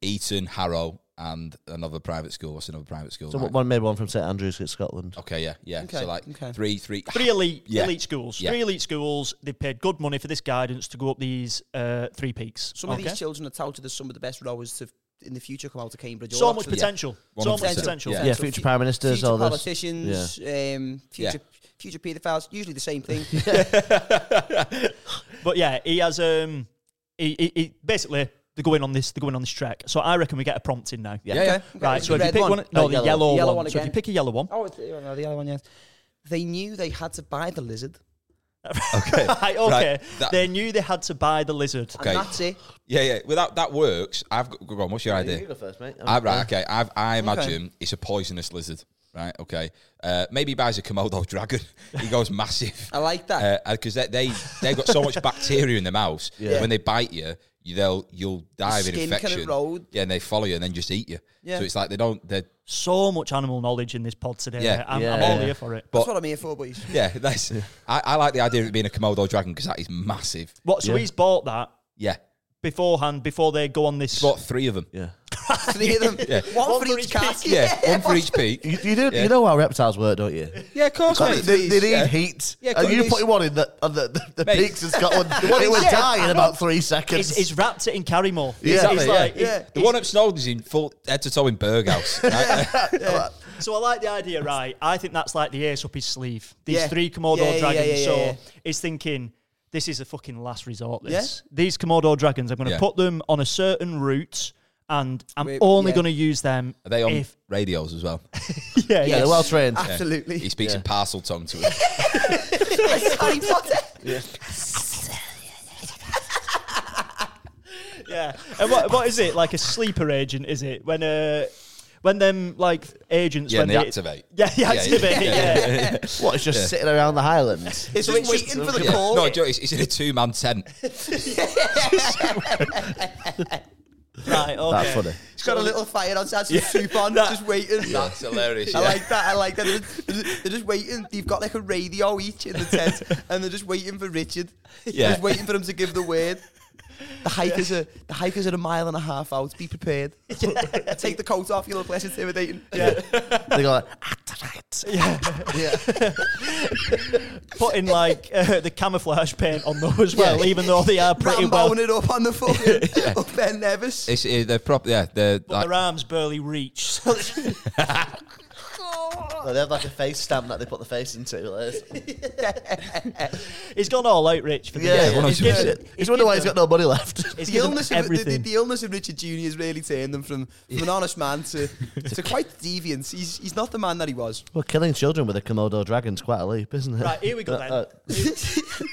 Eton, Harrow, and another private school. What's another private school?
So
Like-
one maybe one from St Andrews in Scotland.
okay, yeah, yeah.
Okay,
So like
okay.
three, three.
Three elite,
Yeah.
elite schools.
Yeah.
Three elite schools. They paid good money for this guidance to go up these uh, three peaks.
Some of
Okay?
these children are touted as some of the best rowers to in the future come out of Cambridge.
so
or
much
Oxford.
potential. So
100%.
much potential.
Yeah.
Yeah,
So
future
fu-
prime ministers,
future
all this.
politicians, um, future future paedophiles, usually the same thing.
But yeah, he has um, he, he, he basically they're going on this, they're going on this trek. So I reckon we get a prompt in now.
Yeah, yeah.
Right,
It's
so
the
if you
red
pick one, no,
Oh,
the yellow,
The
one. So if
again.
you pick a yellow one,
Oh, it's, oh, no, the yellow one, yes. They knew they had to buy the lizard.
Okay.
right, okay,
Right, that-
they knew they had to buy the lizard.
Okay.
And that's it.
Yeah, yeah. Well, that, that works. I've got, go on, what's your idea?
go first, mate.
I, right, okay. I've, I imagine it's a poisonous lizard, right? Okay. Uh, maybe he buys a Komodo dragon. he goes massive.
I like
Uh,
that.
Because they, they, they've got so much bacteria in their mouths.
Yeah.
When they bite you, you they'll, you'll die of an
skin kind of
infection.
rolled.
Yeah, and they follow you and then just eat you.
Yeah.
So it's like they don't, they're,
So much animal knowledge in this pod today.
Yeah.
I'm, I'm
Yeah.
all
Yeah.
here for it.
that's what I'm here for, boys.
yeah, that's, I, I like the idea of it being a Komodo dragon because that is massive.
What? So
Yeah.
he's bought that
Yeah.
beforehand before they go on this.
Bought three of them.
Yeah.
Three of them. One, for each cat.
Yeah, one for each beak.
You, you do,
Yeah.
you know how reptiles work, don't you?
Yeah, of course.
They,
mate.
they- they need
Yeah.
heat.
Yeah,
and you
cut
put one in the, on the, the, the
Mate.
peaks in Scotland. it would
yeah,
die
I
in
know.
about three
He's,
seconds.
he's wrapped it in Carrymore.
Yeah.
He's- he's
Exactly,
like-
yeah.
he's-
The one up Snowden's in full head to toe in Berghouse. Right?
So I like the idea, right? I think that's like the ace up his sleeve. These
Yeah.
three Komodo
Yeah, yeah,
dragons.
yeah, yeah,
so
yeah.
he's thinking, this is a fucking last resort. This.
Yeah.
These Komodo dragons, I'm going to
Yeah.
put them on a certain route and I'm
Wait,
only
yeah.
going to use them
Are they on
if.
radios as well?
Yeah,
yeah,
yeah.
they're well trained.
Absolutely.
He speaks in
Yeah.
parcel tongue to him.
It's Harry Potter.
yeah. And what, what is it? Like a sleeper agent, is it? When uh, when them like agents.
Yeah,
when
and they activate.
Yeah, they activate, yeah.
What, it's just sitting around the Highlands?
It's
So
just
it's-
waiting for the
Yeah.
call.
No, Joe, it's, it's in a two man tent.
Right, okay.
That's funny.
It's got a little fire outside, some soup on, just waiting.
That's hilarious.
I
yeah.
like that. I like that. They're just, they're just- they're just waiting. They've got like a radio each in the tent, and they're just waiting for Richard.
Yeah.
They're just waiting for him to give the word. The hikers are the hikers are a mile and a half out. Be prepared. Take the coat off. You look less intimidating.
Yeah.
They go like, "Ah, activate. Yeah.
Put in like uh, the camouflage paint on them as well, even though they are pretty
Ramboing
well.
it up on the fucking up there, nervous.
It's, it, they're prop. Yeah, they're
But
like,
their arms barely reach. so
No, they have like a face stamp that they put the face into. Like this.
He's gone all out, Rich, for the
Yeah,
day.
yeah.
He's given-
It's wonder why he's got no money left.
he's
The
given
illness, of, the, the,
everything.
the illness of Richard Jr. has really turned them from, from an honest man to, to quite deviant. He's, he's not the man that he was.
Well, killing children with a Komodo dragon's quite a leap, isn't it?
Right, here we go then.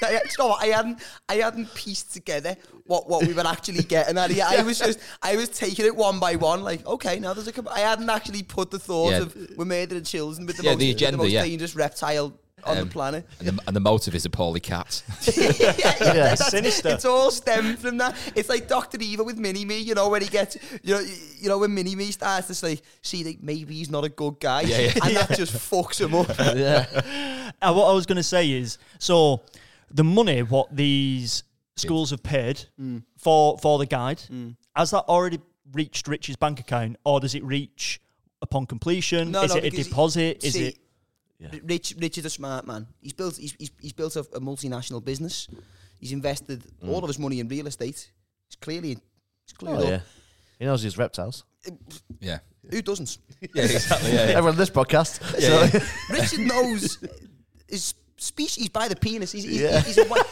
I, you know what, I hadn't I hadn't pieced together what, what we were actually getting at here. I was just I was taking it one by one, like okay, now there's a couple. I hadn't actually put the thought
Yeah.
of we're murdering children with the
Yeah,
most,
the agenda,
the most
yeah.
dangerous reptile on
Um,
the planet.
and, the, and the motive is a poorly cat.
yeah.
It's sinister.
It's all stemmed from that. It's like Doctor Evil with Mini Me. You know when he gets, you know, you know when Mini Me starts to say, see, like, maybe he's not a good guy,
Yeah, yeah.
and that just fucks him up.
yeah.
Uh, what I was going to say is, so the money what these schools have paid
Mm.
for for the guide has that already reached Rich's bank account, or does it reach upon completion?
No,
is
no,
it a
because-
deposit? Is
See,
it?
Rich, Rich is a smart man. He's built. He's, he's, he's built a, a multinational business. He's invested all of his money in real estate. He's clearly. He's clearly.
Oh, yeah. He knows his reptiles.
yeah.
Who doesn't?
Yeah, exactly. Yeah, yeah.
Everyone on this podcast.
Yeah,
so,
Richard knows his species by the penis. He's, he's,
Yeah.
he's, a, wi-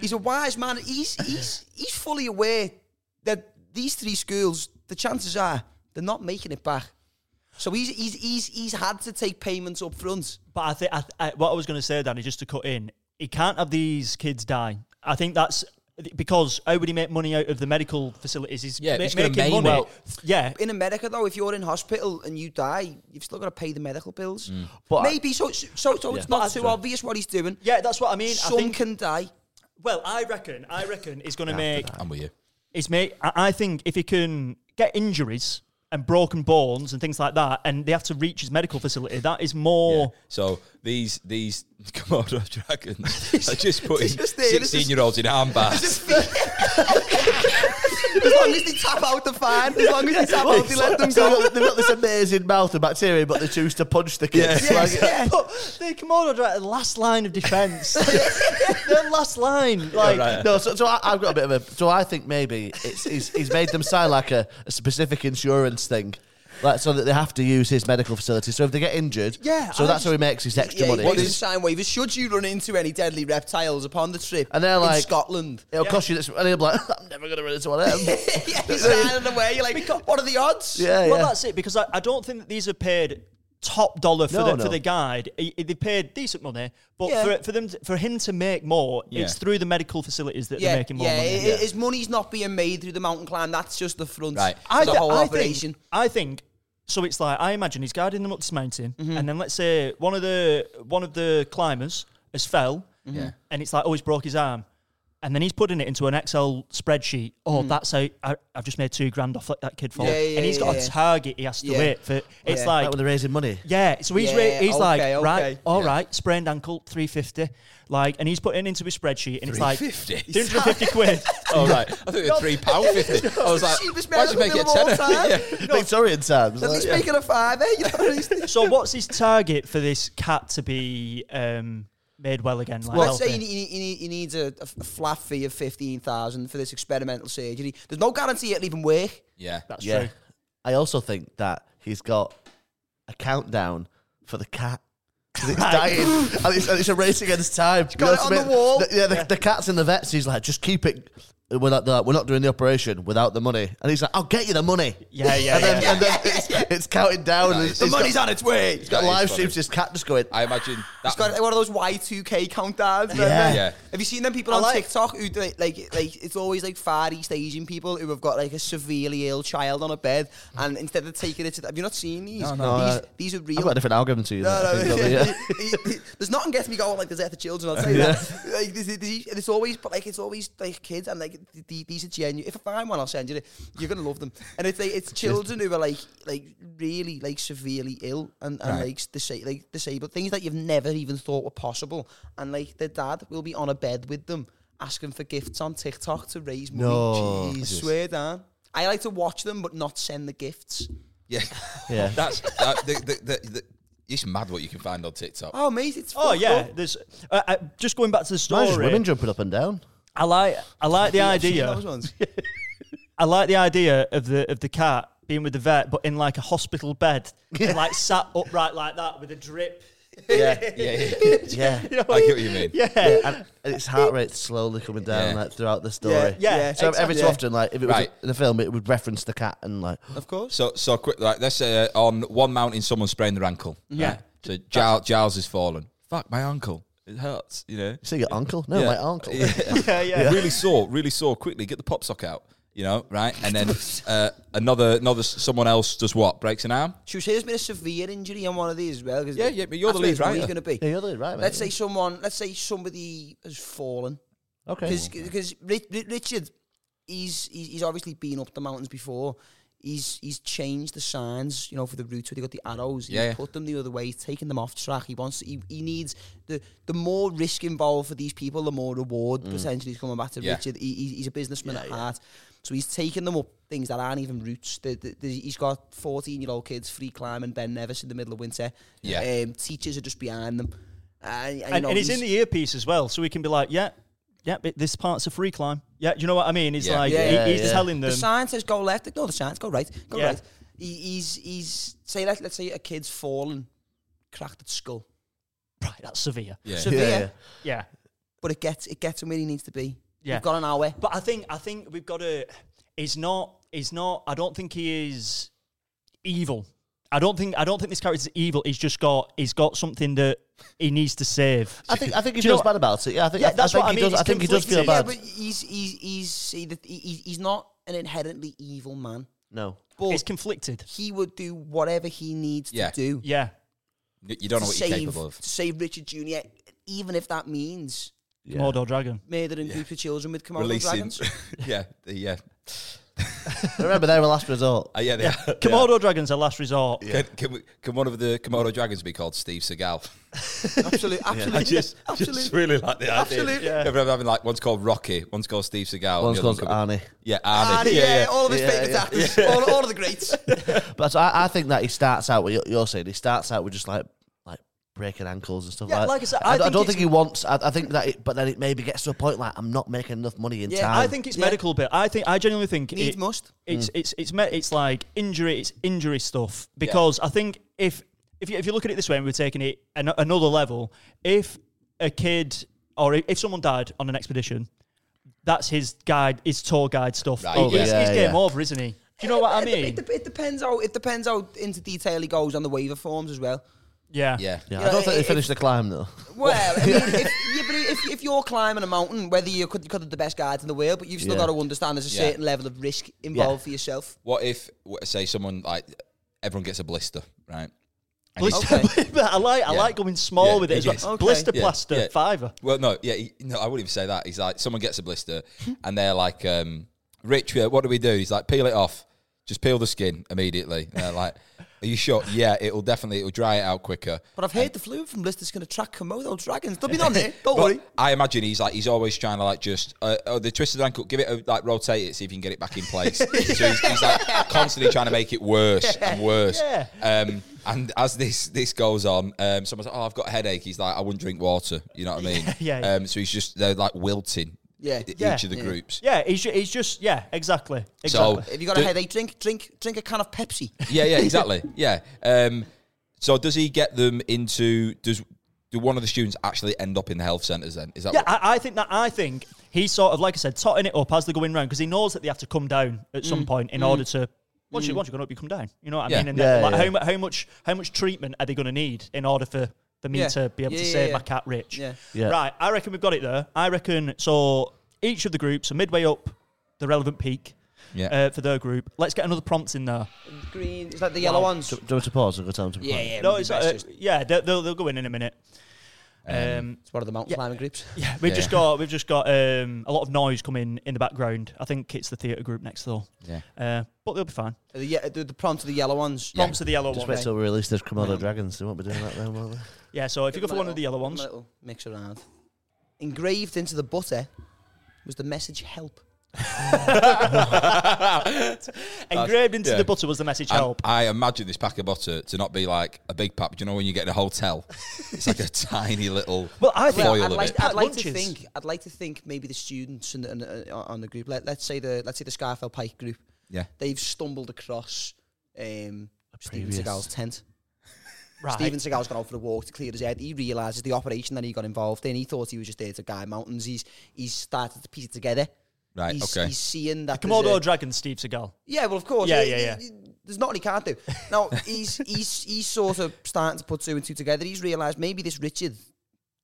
he's a wise man. He's he's he's fully aware that these three schools, the chances are they're not making it back. So he's he's he's he's had to take payments up front.
But I think I, th- I, what I was going to say, Danny, just to cut in, he can't have these kids die. I think that's because how would he make money out of the medical facilities? He's,
Yeah,
ma-
he's gonna
making
maim
money.
it.
yeah,
In America, though, if you're in hospital and you die, you've still got to pay the medical bills.
Mm. But I-
Maybe so. So, so
Yeah.
it's not
But I-
too obvious what he's doing.
yeah. That's what I mean. I
Some
think,
can die.
well, I reckon, I reckon he's going to make
I'm with you.
It's mate. I I think if he can get injuries and broken bones and things like that, and they have to reach his medical facility, that is more.
So these these Komodo dragons are just putting
just there, it's just-
sixteen year olds in armbands.
As long as they tap out the fan, as long as they tap out, they let them
So
go.
they've got- they've got this amazing mouth of bacteria, but they choose to punch the kids.
Yes,
Like,
yeah.
But the Komodo are at the last line of defence. Their last line. Like,
Yeah, right.
No, so, so I, I've got a bit of a. So I think maybe it's he's, he's made them sign like a, a specific insurance thing, like so that they have to use his medical facility. So if they get injured,
Yeah,
So
I
that's
just-
how he makes his extra
Yeah,
money.
what is sign waivers? Should you run into any deadly reptiles upon the trip?
And they're
in
like-
Scotland.
It'll cost you this, and he'll be like, "I'm never gonna run into one of them."
yeah, you're signing away. You're like, what are the odds?
yeah,
well,
yeah.
that's it because I, I don't think that these are paid top dollar for,
No,
the,
no.
for the guide. I- I- They paid decent money, but
Yeah.
for, for them to- for him to make more, it's
Yeah.
through the medical facilities that
Yeah,
they're making more
yeah,
money.
i- i- His money's not being made through the mountain climb. That's just the front.
Right.
I, the
thi-
whole operation.
think, I think so. It's like I imagine he's guiding them up this mountain,
Mm-hmm.
and then let's say one of the one of the climbers has fell,
Mm-hmm.
Yeah.
and it's like oh he's broke his arm, and then he's putting it into an Excel spreadsheet. Oh, that's how I, I've just made two grand off that kid for,
Mm-hmm. Yeah, yeah,
and he's got
yeah,
a
yeah.
target he has to
Yeah.
hit for. It's
Yeah.
like
Like when they're raising money.
yeah, so he's re-
Yeah,
he's like
okay,
right,
okay.
all right, sprained ankle, three fifty, like, and he's putting it into his spreadsheet, and it's like
£3.50?
two hundred fifty quid.
Oh right, I think they're three pound fifty. I was like,
Cheapest
why'd you make
medical
it
bill of all
a
time.
tenner? Yeah.
Victorian times.
At
like,
least
yeah.
make it a five, eh? You know what I mean?
So what's his target for this cat to be um, made well again? Like
Let's say
healthy?
he, he, he, he needs a, a f- a flat fee of 15000 for this experimental surgery. There's no guarantee it'll even work.
Yeah.
That's
Yeah.
true.
I also think that he's got a countdown for the cat. 'Cause It's
Right.
dying, and it's, and it's a race against time. You
got
know
it
what I
on
mean?
the wall.
The- yeah, the, the cat's in the vets. He's like, just keep it. We're not, they're like, we're not doing the operation without the money. And he's like, I'll get you the money.
Yeah, yeah,
and then,
yeah.
and then it's, it's counting down. and it's-
The
it's
money's
got,
on its way. It's
it's got
That is
live
funny.
streams. This cat just going.
I imagine that.
got one of those Y2K countdowns.
Yeah.
Yeah.
Have you seen them people
I
on
like-
TikTok who do, like like it's always like Far East Asian people who have got like a severely ill child on a bed and instead of taking it to have you not seen these?
No, no.
these,
Uh,
these are
I've
real
got a different algorithm to you.
No,
than I
no,
think, don't we? Yeah.
there's nothing gets me going like the death of children. I'll tell you that. Like, there's, there's, it's always, but like it's always like kids, and like th- th- these are genuine. If I find one, I'll send you it. You're gonna love them. And it's like it's children who are like like really like severely ill and, and
Right.
like disa- like disabled things that you've never even thought were possible. And like their dad will be on a bed with them, asking for gifts on TikTok to raise money.
No.
Jeez, swear down. I like to watch them, but not send the gifts.
yeah.
Yeah.
That's that, the, the, the, the, it's mad what you can find on TikTok.
Oh, mate, it's
Oh
fucked
yeah,
up.
there's uh, uh, just going back to the
Mine's just
story.
women jumping up and down.
I like I like the
I've seen
idea.
those ones.
I like the idea of the of the cat being with the vet, but in like a hospital bed, and, like sat upright like that with a drip.
Yeah,
Yeah, yeah.
yeah.
I get what you mean.
Yeah,
and and its heart rate slowly coming down
Yeah.
like throughout the story.
Yeah,
yeah,
So every so
exactly.
often, like if it was
Right.
in the film, it would reference the cat and like
Of course.
So so quick. Like let's say uh, on one mountain, someone sprained their ankle.
Yeah.
right? So Giles, Giles has fallen. Fuck my ankle. It hurts. You know.
see your uncle. No,
Yeah.
my uncle.
yeah, yeah.
really sore, really sore. Quickly, get the pop sock out. You know, right? And then uh, another, another someone else does what? Breaks an arm.
She was saying there's been a severe injury on one of these as well. 'cause
Yeah, yeah, but you're
that's
the
where
lead
his money's
writer.
Gonna be.
Yeah, you're the right. Mate.
Let's say someone. Let's say somebody has fallen
okay.
because Richard, he's, he's he's obviously been up the mountains before. He's he's changed the signs, you know, for the routes where they got the arrows.
Yeah,
he's
yeah.
put them the other way. He's taken them off track. He wants. He, he needs the the more risk involved for these people, the more reward potentially is coming back to
Mm. Yeah.
Richard. He, he- he's a businessman at heart, so he's taking them up things that aren't even routes. The, the, the- he's got fourteen year old kids free climbing Ben Nevis in the middle of winter.
Yeah.
um, teachers are just behind them. And, and, you
and,
know,
and it's
he's-
in the earpiece as well, so we can be like, yeah, yeah, but this part's a free climb. Yeah, do you know what I mean? It's
Yeah.
like
Yeah,
he-
yeah,
he's
yeah.
telling them.
The sign says go left. No, the sign says go right. Go
Yeah.
right. He, he's he's say let let's say a kid's fallen, cracked its skull.
right, that's severe.
Yeah.
Severe,
Yeah, yeah.
Yeah.
but it gets it gets him where he needs to be.
Yeah.
You've got an hour.
But I think I think we've got to. He's not. He's not. I don't think he is evil. I don't think. I don't think this character's evil. He's just got. He's got something that he needs to save.
I think I think he
Do you know
feels
what-
bad about it. Yeah, I think
Yeah,
I,
that's
I think
what I
he
mean,
does.
it's
I think he does feel
conflicted.
yeah,
bad.
but he's he's he's he, he, he's not an inherently evil man.
no,
But
He's conflicted.
he would do whatever he needs
Yeah.
to do
Yeah.
You don't
to
know what you're
save
capable of.
to save Richard Jr. Even if that means
Yeah.
Mordor dragon.
murdering groups of children with Komodo
Releasing.
dragons.
yeah, the- yeah.
Remember, they're a last resort.
Uh, yeah, they are. They are.
Komodo dragons are last resort.
Can, can, we, can one of the Komodo dragons be called Steve Seagal?
Absolutely,
I
absolutely,
just,
absolutely.
just really like the idea.
Absolutely.
Yeah. Everyone having like one's called Rocky, one's called Steve Seagal,
One's
the other
called Arnie.
Yeah, Arnie.
Ah, yeah, all of his
Yeah,
favourite
yeah.
actors, all, all of the greats.
But I, I think that he starts out. What you're- you're saying, he starts out with just like like breaking ankles and stuff
Yeah,
like.
like I said, I
I,
think
don't
it's-
think he wants. I, I think that, it, but then it maybe gets to a point like I'm not making enough money in
Yeah,
time.
I think it's
Yeah.
medical bit. I think I genuinely think
Needs
it-
must.
It's it's it's me- it's like injury. It's injury stuff because I think if if you, if you look at it this way, and we're taking it an, another level. If a kid or if, if someone died on an expedition, that's his guide, his tour guide stuff.
Right,
It- it's,
yeah.
it's
Yeah,
game
yeah.
over, isn't he? Do you know what I
It- It,
mean?
dep- it depends how it depends how into detail he goes on the waiver forms as well.
Yeah,
Yeah.
Yeah,
You
I
know,
don't think
it-
they finished the climb though.
Well, I mean, if, yeah, but if, if you're climbing a mountain, whether you could, could have the best guides in the world, but you've still
Yeah.
got to understand there's a
Yeah.
certain level of risk involved for yourself.
What if, w- say, someone like everyone gets a blister, right? And he's-
Blister, I like I
Yeah.
like going small
Yeah,
with it.
it
As well.
is.
Okay.
Blister,
Yeah,
plaster,
yeah.
fiver.
Well, no, yeah, he, no, I wouldn't even say that. He's like, someone gets a blister, and they're like, um, "Rich, uh, what do we do?" He's like, "Peel it off, just peel the skin immediately." And they're like, "Are you sure?" Yeah, it'll definitely it'll dry it out quicker.
But I've heard the fluid from Lister's going to track Komodo dragons. They'll be on it. Don't
But
worry.
I imagine he's like he's always trying to like just uh, oh, the twisted ankle, give it a, like rotate it, see if you can get it back in place. so he's, he's like constantly trying to make it worse and worse.
Yeah.
Um, and as this this goes on, um, someone's like, "Oh, I've got a headache." He's like, "I wouldn't drink water." You know what I mean?
Yeah, yeah.
Um, so he's just they're like wilting.
Yeah.
e- Each
Yeah.
of the
Yeah.
groups.
Yeah, he's, ju- he's just yeah, exactly.
So-
exactly.
If you got
Do-
a headache, drink drink drink a can of Pepsi.
Yeah, yeah, exactly. yeah. Um, so does he get them into? Does do one of the students actually end up in the health centres? Then is that?
Yeah, I, I think that I think he's sort of like I said, totting it up as they're going round because he knows that they have to come down at some
Mm.
point in order to. Once you once you gone up, you come down. You know what I
Yeah.
mean? And then,
Yeah,
like,
yeah.
How, mu- how much how much treatment are they going to need in order for for me
Yeah.
to be able
Yeah,
to
yeah,
save
yeah.
my cat rich?
Yeah.
Yeah.
Right. I reckon we've got it there. I reckon so. Each of the groups are midway up the relevant peak
yeah.
uh, for their group. Let's get another prompt in there.
Green. Is that the yellow ones?
Do, do you want to pause? I've got time to.
Yeah, yeah.
No,
we'd
it's,
best
uh,
just-
yeah, they'll, they'll, they'll go in in a minute. um
it's one of the mountain
yeah.
climbing groups.
Yeah, we've
Yeah.
just got we've just got um, a lot of noise coming in the background. I think it's the theatre group next door.
Yeah.
Uh, but they'll be fine.
The, ye- the, the prompt of the yellow ones.
Yeah.
Prompts of the yellow
Just
one.
wait till we release this Komodo
Yeah.
Dragons. They won't be doing that then, will they?
Yeah, so if you go for one of the yellow ones,
Mix around. Engraved into the butter was the message help.
engraved into
yeah.
the butter was the message
And
help.
I imagine this pack of butter to not be like a big pack. Do you know when you get in a hotel? It's like a tiny little
Well, I think-
foil
I'd
of
like,
it.
I'd like to
Lunches.
think. I'd like to think maybe the students and the, uh, on the group. Let, let's say the let's say the Scarfell Pike group.
Yeah.
They've stumbled across um, Stephen
previous-
Seagal's tent.
Right.
Stephen Seagal's gone out for a walk to clear his head. He realizes the operation that he got involved in. He thought he was just there to guy mountains. He's he's started to piece it together.
Right,
He's,
okay.
he's seeing that. there's
Komodo
a-
dragon, Steve Seagal.
Yeah, well, of course.
Yeah,
He-
yeah,
he-
yeah.
he- There's nothing he can't do. Now he's he's he's sort of starting to put two and two together. He's realised maybe this Richard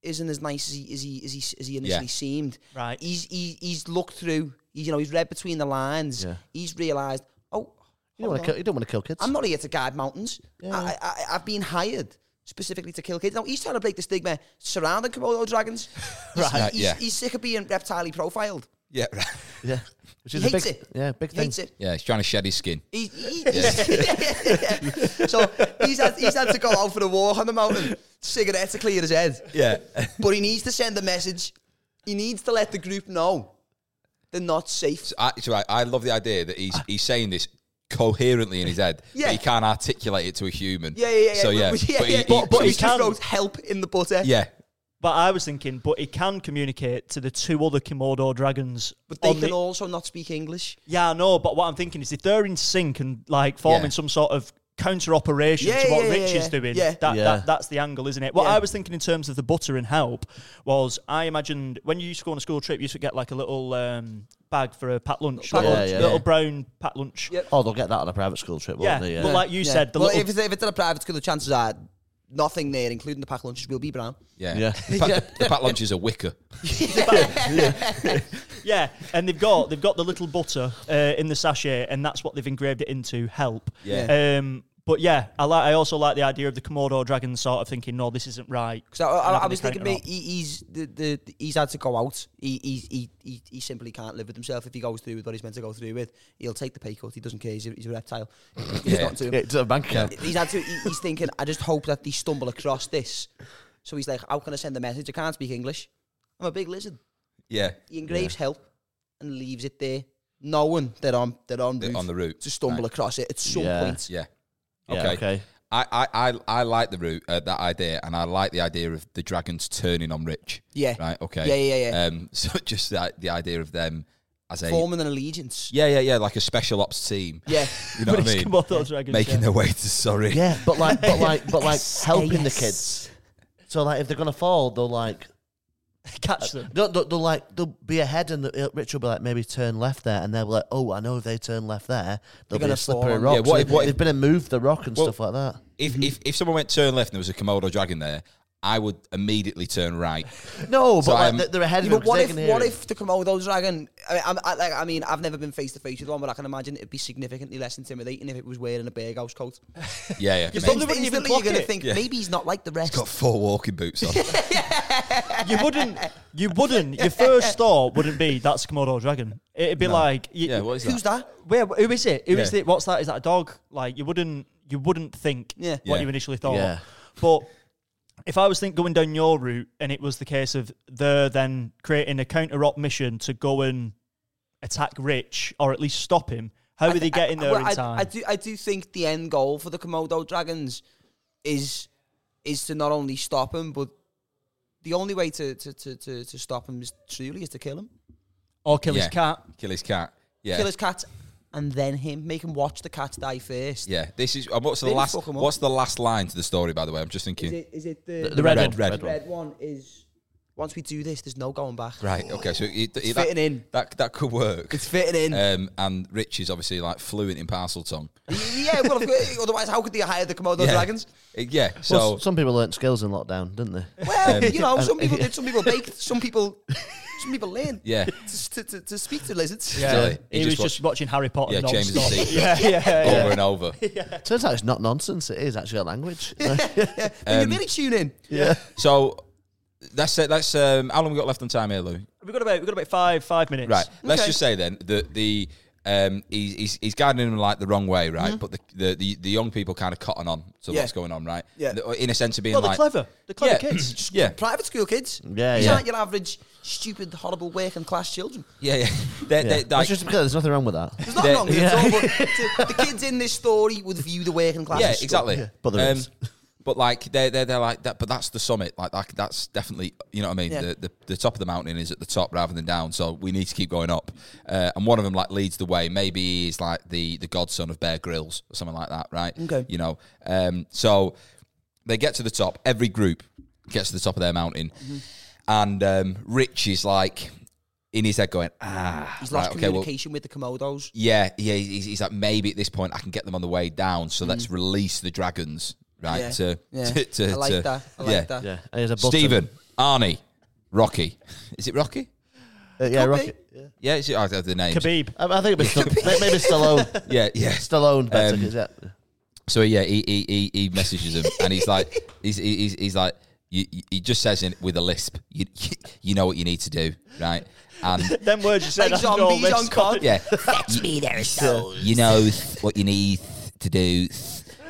isn't as nice as he as he as he, as he initially
Yeah.
seemed.
Right.
He's he, he's looked through. He's, you know, he's read between the lines.
Yeah.
He's realised. Oh,
You don't, want
hold
to
on.
kill, you don't want to kill kids.
I'm not here to guide mountains.
Yeah.
I, I, I've been hired specifically to kill kids. Now he's trying to break the stigma surrounding Komodo dragons. He's-
Right,
He's,
yeah.
he's sick of being reptile profiled.
Yeah, right.
yeah, which
He
is a
hates
big,
it.
yeah, big
He
thing.
hates it.
yeah. He's trying to shed his skin.
He's, he- he's- so he's had, he's had to go out for a walk on the mountain, cigarette to clear his head.
Yeah,
But he needs to send a message. He needs to let the group know they're not safe.
I, so I, I love the idea that he's he's saying this coherently in his head.
Yeah.
but he can't articulate it to a human.
Yeah, yeah, yeah.
So yeah,
but, yeah,
but he-
yeah.
he-
But,
but
he
he
just
can-
wrote help in the butter.
yeah,
But I was thinking, but he can communicate to the two other Komodo dragons.
But they
on
can
the-
also not speak English.
yeah, I know. But what I'm thinking is, if they're in sync and like forming
Yeah.
some sort of counter operation
Yeah,
to what
yeah, yeah,
Rich is
yeah.
doing,
Yeah.
That,
Yeah.
That, that's the angle, isn't it? What
Yeah.
I was thinking in terms of the butter and help was, I imagined when you used to go on a school trip, you used to get like a little um, bag for a packed lunch,
Packed
little,
lunch. Yeah, yeah.
little brown packed lunch.
Yeah.
Oh, they'll get that on a private school trip,
Yeah,
won't they?
but like you
Yeah.
said, the
well,
little
if, it's, if it's at a private school, the chances are nothing there, including the packed lunches, will be brown.
yeah.
Yeah.
The, pack, the pack lunch is a wicker.
yeah, and they've got they've got the little butter uh, in the sachet, and that's what they've engraved it into. Help.
Yeah.
Um, But yeah, I like. I also like the idea of the Komodo dragon sort of thinking, no, this isn't right.
Because I, I,
Not
I
gonna
was
count
thinking,
it
mate, he, he's the, the he's had to go out. He, he's, he he he simply can't live with himself. If he goes through with what he's meant to go through with, he'll take the pay cut. He doesn't care. He's a, he's a reptile. He's
Yeah.
got to.
Yeah, to the bank account.
He's had to. he- He's thinking. I just hope that they stumble across this. So he's like, how can I send a message? I can't speak English. I'm a big lizard.
Yeah.
He engraves help and leaves it there, knowing that I'm that on
They're on the route.
to stumble
Right.
across it at some
Yeah.
point.
Yeah.
Yeah,
Okay.
okay.
I, I, I, I like the route, uh, that idea, and I like the idea of the dragons turning on Rich.
Yeah.
Right. Okay.
Yeah, yeah, yeah.
Um, so just the, the idea of them as a
Forming an allegiance.
yeah, yeah, yeah, like a special ops team.
Yeah.
You know what I
But it's
mean?
Komodo dragons.
Making
yeah.
their way to Surrey.
Yeah, but like, but like, but like helping the
yes.
kids. So like, if they're gonna fall, they'll like,
catch them.
they'll, they'll, they'll like, they'll be ahead, and the, uh, Rich will be like, maybe turn left there, and they'll be like, oh, I know if they turn left there, they'll be
gonna
a slippery
fall.
rock.
Yeah,
so
what if-
they've,
what if-
they've been and moved the rock and
Well-
stuff like that.
If, if if someone went turn left and there was a Komodo dragon there, I would immediately turn right.
No, but
So
like,
I'm-
they're- they're ahead
Yeah,
of him.
but
'cause
what
they
if
can hear
what
him.
if the Komodo dragon? I mean, I'm, I, like, I mean, I've never been face to face with one, but I can imagine it'd be significantly less intimidating if it was wearing a bear house coat.
Yeah, yeah.
You've
mate.
done the-
Instantly,
even
you're
clock
gonna
it.
think
Yeah.
maybe he's not like the rest.
He's got four walking boots on.
You wouldn't. You wouldn't. Your first thought wouldn't be that's a Komodo dragon. It'd be like, you,
yeah, what is
Who's
that?
that?
where? Who is it? Who is
Yeah.
it? What's that? Is that a dog? Like you wouldn't. You wouldn't think
Yeah.
what
Yeah.
you initially thought.
Yeah.
But if I was think going down your route, and it was the case of they're then creating a counter op mission to go and attack Rich or at least stop him. How are they getting there
Well,
in
I,
time?
I do. I do think the end goal for the Komodo dragons is is to not only stop him, but the only way to to, to, to, to stop him is truly is to kill him,
or kill
Yeah.
his cat.
Kill his cat. Yeah.
kill his cat, and then him, make him watch the cat die first.
yeah. This is. and What's the
Really
last?
fuck 'em up.
What's the last line to the story? By the way, I'm just thinking.
it, is it
The red
red,
one.
red.
The red one is once we do this, there's no going back.
Right. Okay. So it, it, that,
fitting in.
That that could work.
It's fitting in.
Um, and Rich is obviously like fluent in parcel tongue.
yeah, well, of course, otherwise, how could they hire the Komodo dragons?
Uh, Yeah. So
Well, s- some people learnt skills in lockdown, didn't they?
Um,
Well, you know, some people did, some people baked, some people, some people learn
yeah.
to, to, to, to speak to lizards.
Silly.
He, was just watching Harry Potter.
Yeah,
non-stop.
James the Secret.
yeah, yeah, yeah.
over and over.
Turns out it's not nonsense. It is actually a language.
When
um,
you really tune in.
yeah.
So that's it. That's um, how long we got left on time here, Lou?
We've got about we've got about five five minutes.
Right. Let's
Okay.
just say then that the um, he's, he's he's guiding them like the wrong way, right? But the, the the the young people kind of cotton on to
Mm-hmm. Yeah.
what's going on, right?
Yeah.
The- In a sense of being
Well,
like
Oh, they're clever. They're clever
yeah,
kids.
yeah.
Private school kids.
Yeah,
These
yeah.
aren't your average stupid, horrible working class children.
Yeah, yeah. They're,
yeah.
They're,
Let's
like,
just be clear, there's nothing wrong with that.
There's nothing
They're-
wrong with it at all, but to- the kids in this story would view the working class.
yeah,
as scum.
exactly. Um,
Yeah, but there is.
But like they're they're they're like that. But that's the summit. Like that, that's definitely you know what I mean.
Yeah.
The, the the top of the mountain is at the top rather than down. So we need to keep going up. Uh, and one of them like leads the way. Maybe he's like the the godson of Bear Grylls or something like that, right?
Okay.
You know. Um. So they get to the top. Every group gets to the top of their mountain,
Mm-hmm.
and um, Rich is like in his head going, ah,
He's lost
right, okay, well,
communication with the Komodos.
yeah, yeah. He's, he's like, maybe at this point I can get them on the way down. So let's release the dragons, right?
Hmm. Yeah,
To,
yeah.
to, to,
I like
to-
that. I like that.
Yeah. And there's a button.
Stephen, Arnie, Rocky. Is it Rocky?
Uh, yeah,
Could
Rocket.
Yeah, is it, oh, I don't know the name.
Khabib.
I, I think it'd be Sta- may- maybe Stallone.
Yeah, yeah.
Stallone better.
Um,
'cause, yeah.
So yeah, he he, he, he messages him and he's like, he's he- he's, he's like, you, you- he just says in with a lisp, you you know what you need to do, right? And
Them words you said.
Like
after all
zombies
this.
on cod.
yeah, fetch me their souls. You know what you need to do.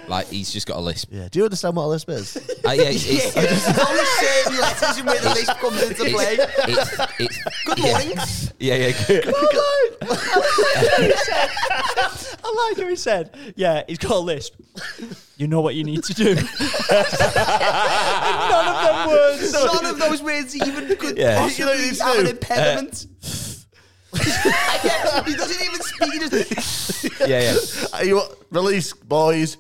Like he's just got a lisp.
yeah. Do you understand what all this is?
Uh, yeah, it's,
Yeah,
it's,
there's only certain letters in where the list comes into play.
It's, it's,
Good
yeah.
morning.
Yeah, yeah. good.
I like how he said. Yeah, he's got a lisp. you know what you need to do. and none of them words.
None of those words even could
Yeah.
possibly
You know these
have an
two.
impediment. Yeah, he doesn't even speak. He just,
Yeah, yeah.
Are Uh, you release boys?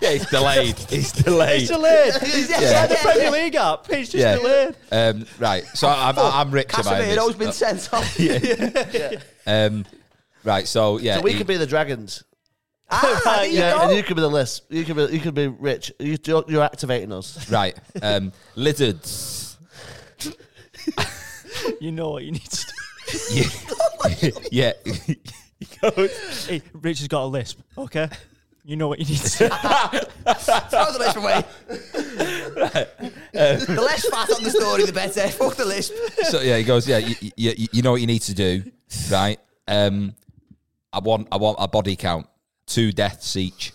Yeah, it's delayed. It's delayed.
He's delayed. He's
Yeah.
yeah. the Premier League app. He's just
yeah.
delayed.
Um, right. So I'm, I'm rich about
Casemiro's been
this.
sent off.
Um, right. So yeah.
So we
he-
could be the dragons.
Ah, there you
Yeah,
go.
and you could be the list. You could be. You could be rich. You, you're, you're activating us.
right. Um, lizards.
You know what you need to do.
Yeah. yeah.
Hey, Rich has got a lisp. Okay. You know what you need to do.
That was the lisp away. the less fat on the story, the better. Fuck the lisp.
so yeah, he goes, yeah, you, you, you know what you need to do, right? Um, I want, I want a body count, two deaths each.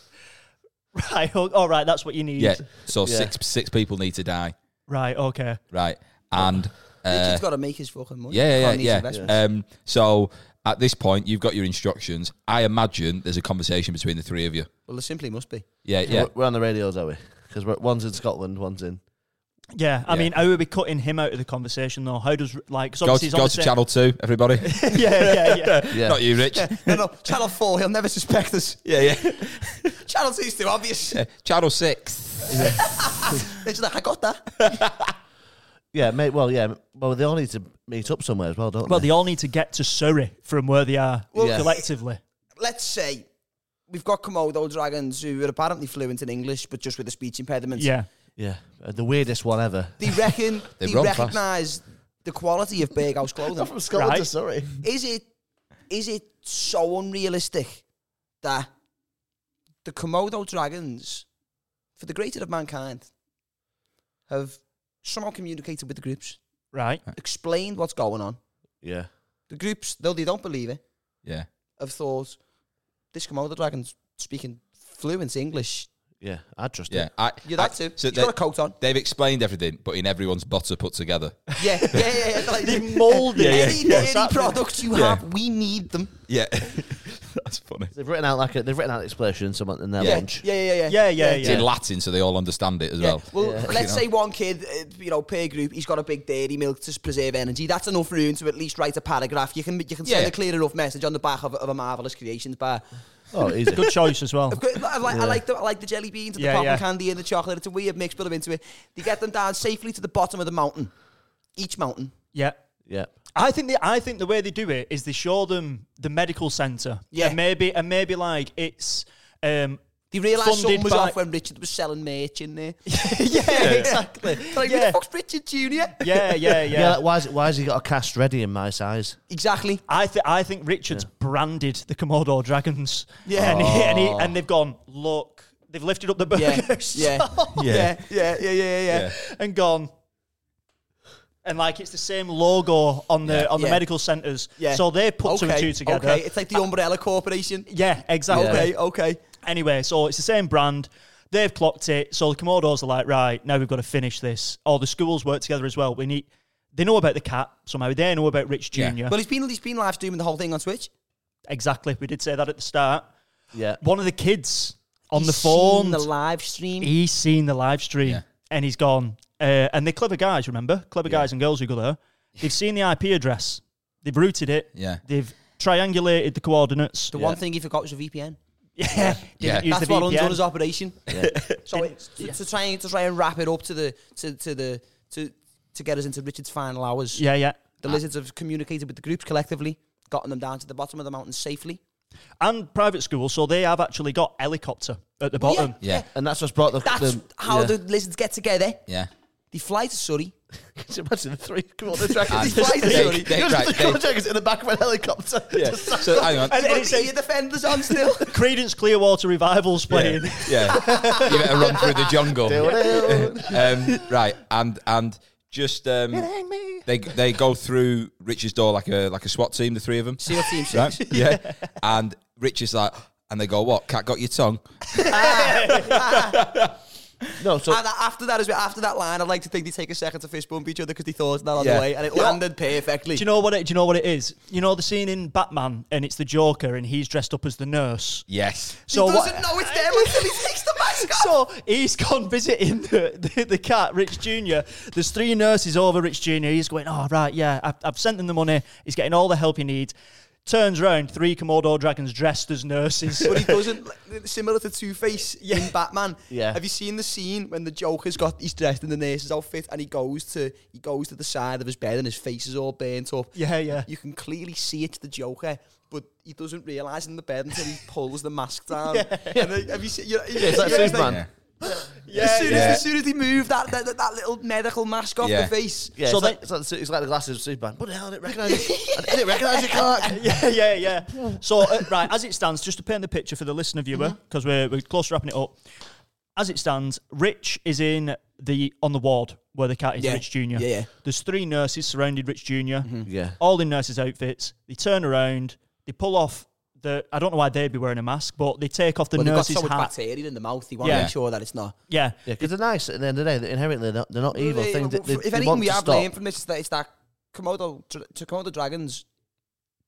right, o- all right, that's what you need.
Yeah, so
Yeah.
six six people need to die,
Right, okay.
right? And uh,
He's got to make his fucking money.
yeah,
Can't need
yeah, yeah.
his investment.
yeah. Um, so at this point, you've got your instructions. I imagine there's a conversation between the three of you.
Well, there simply must be.
Yeah, yeah.
We're- We're on the radios, are we? Because one's in Scotland, one's in.
Yeah, I
Yeah.
mean, how are we cutting him out of the conversation though? How does like 'cause
Go
obviously
to,
he's on
go
the
to
same-
channel two, everybody.
yeah, yeah, yeah.
Yeah.
Not you, Rich.
No, no, Channel 4, he'll never suspect us.
yeah, yeah.
Channel 2's too obvious.
Channel six.
It's like, I got that.
Yeah, mate. Well, yeah. Well, they all need to meet up somewhere as well, don't
Well,
they?
they all need to get to Surrey from where they are
Yeah.
collectively.
Let's say we've got Komodo dragons who are apparently fluent in English, but just with a speech impediment.
Yeah,
yeah, Uh, the weirdest one ever.
They reckon,
They
they,
run fast.
recognise the quality of Berghaus clothing.
from Scotland
to
Surrey.
is it is it so unrealistic that the Komodo dragons, for the greater of mankind, have somehow communicated with the groups,
right.
explained what's going on.
Yeah,
The groups, though they don't believe it,
Yeah,
have thought this Komodo dragon's speaking fluent English.
yeah. I trust
yeah.
it.
I,
Yeah, that's
I-
it.
So
He's
they,
got a coat on.
they've explained everything, but in everyone's butter put together.
Yeah, yeah, yeah. yeah. Like,
They moulded
Yeah,
any
yeah.
dairy products you
Yeah.
have, we need them.
Yeah, that's funny.
They've written out like a, they've written out explanations someone in their
Yeah,
lunch.
yeah, yeah, yeah.
Yeah, yeah,
It's
yeah.
in Latin, so they all understand it as
Yeah.
well.
Well,
Yeah.
You know.
let's say one kid, uh, you know, peer group, he's got a big dairy milk to preserve energy. That's enough room to at least write a paragraph. You can you can send
Yeah.
a clear enough message on the back of, of a marvelous creations bar.
Oh, easy.
Good choice as well.
I've got- I like, I like the I like the jelly beans and
Yeah,
the cotton
yeah.
candy and the chocolate. It's a weird mix, but I'm into it. They get them down safely to the bottom of the mountain, each mountain.
Yeah.
Yeah.
I think the I think the way they do it is they show them the medical centre.
Yeah.
And maybe and maybe like it's um
They realised something
Funded
was
by-
off when Richard was selling merch in there.
Yeah, exactly.
like, who
yeah.
the fuck's Richard Junior?
yeah, yeah, yeah.
Yeah, like, why, is, why has he got a cast ready in my size?
Exactly.
I think I think Richard's branded the Komodo dragons.
Yeah. Oh.
and, he, and, he, and they've gone look. They've lifted up the
Yeah,
burgers.
yeah, yeah, yeah, yeah, yeah, yeah.
Yeah.
and gone. And like it's the same logo on the
Yeah.
on the
Yeah.
medical centres.
Yeah.
So they put two and two together.
Okay, it's like the Umbrella Corporation.
Yeah, exactly.
Okay, okay.
Anyway, so it's the same brand. They've clocked it. So the Commodos are like, right, now we've got to finish this. All the schools work together as well. We need they know about the cat somehow. They know about Rich Jr.
Yeah.
Well, he's been he's been live streaming the whole thing on Twitch.
exactly. We did say that at the start.
Yeah.
One of the kids on the
He's
phone
seen the live stream.
he's seen the live stream
Yeah.
and he's gone. Uh, and they're clever guys, remember? Clever guys and girls who go there. They've seen the IP address. They've routed it.
Yeah.
They've triangulated the coordinates.
The one thing he forgot was a VPN.
yeah.
Yeah.
Didn't use
That's
the
what
VPN.
undone his operation. so it's to, to try and to try and wrap it up to the to, to the to to get us into Richard's final hours.
Yeah, yeah.
The lizards have communicated with the groups collectively, gotten them down to the bottom of the mountain safely.
And private school, so they have actually got helicopter at the
Well,
bottom.
Yeah,
And that's what's brought the.
That's
the,
how
yeah.
the lizards get together.
yeah.
They fly to Surrey.
Could you imagine the three Komodo
And
dragons?
Why is it
they-
only-
they-
You're
right,
just the
they-
Komodo dragons in the back of an helicopter.
yeah. So hang on.
And,
Got
and
the
it's a
ear defenders on still.
Credence Clearwater Revival's
Yeah,
playing.
yeah. you better run through the jungle.
Just-
um, right, and and just um, they they go through Rich's door like a like a SWAT team, the three of them.
Seal team six.
Right? Yeah. and Rich is like, and they go, "What? Cat got your tongue?"
no, so
And after that, as well, after that line, I'd like to think they take a second to fist bump each other because they thought that on
Yeah.
the way, and it landed perfectly.
Do you know what it do you know what it is? You know the scene in Batman and it's the Joker and he's dressed up as the nurse.
Yes.
So
he
what
doesn't know it's them until he takes the mask off.
So he's gone visiting the, the, the cat, Rich Jr. There's three nurses over Rich Jr. He's going, oh, right, yeah, I've, I've sent him the money. He's getting all the help he needs. Turns round, three Komodo dragons dressed as nurses.
but he doesn't. Similar to Two Face in Batman.
Yeah.
Have you seen the scene when the Joker's got he's dressed in the nurse's outfit and he goes to he goes to the side of his bed and his face is all burnt up.
Yeah, yeah.
You can clearly see it's the Joker, but he doesn't realise in the bed until he pulls the mask down. And then- have you seen? You know,
it's like
you know,
Superman.
as, soon
yeah.
as, as soon as they move that that, that, that little medical mask off
Yeah.
the face.
Yeah,
So
it's,
they-
like, it's, like, it's like the glasses of Superman. What the hell? I didn't recognise it. I didn't recognise it, Clark.
yeah, yeah, yeah. So, uh, right, as it stands, just to paint the picture for the listener viewer, because we're, we're close to wrapping it up. As it stands, Rich is in the on the ward where the cat is
Yeah.
Rich Jr.
Yeah, yeah.
There's three nurses surrounded Rich junior
Yeah.
all in nurses' outfits. They turn around, they pull off the. I don't know why they'd be wearing a mask, but they take off the
But they've got
nurse's
so much
hat.
bacteria in the mouth. You want to
Yeah.
make sure that it's not.
Yeah,
Yeah, because they're nice at the end of the day. They're inherently not, they're not evil
Well,
things. They,
well,
they,
if
they
anything,
want
we
to
have
stop.
learned from this is that, it's that Komodo, dra- to Komodo dragons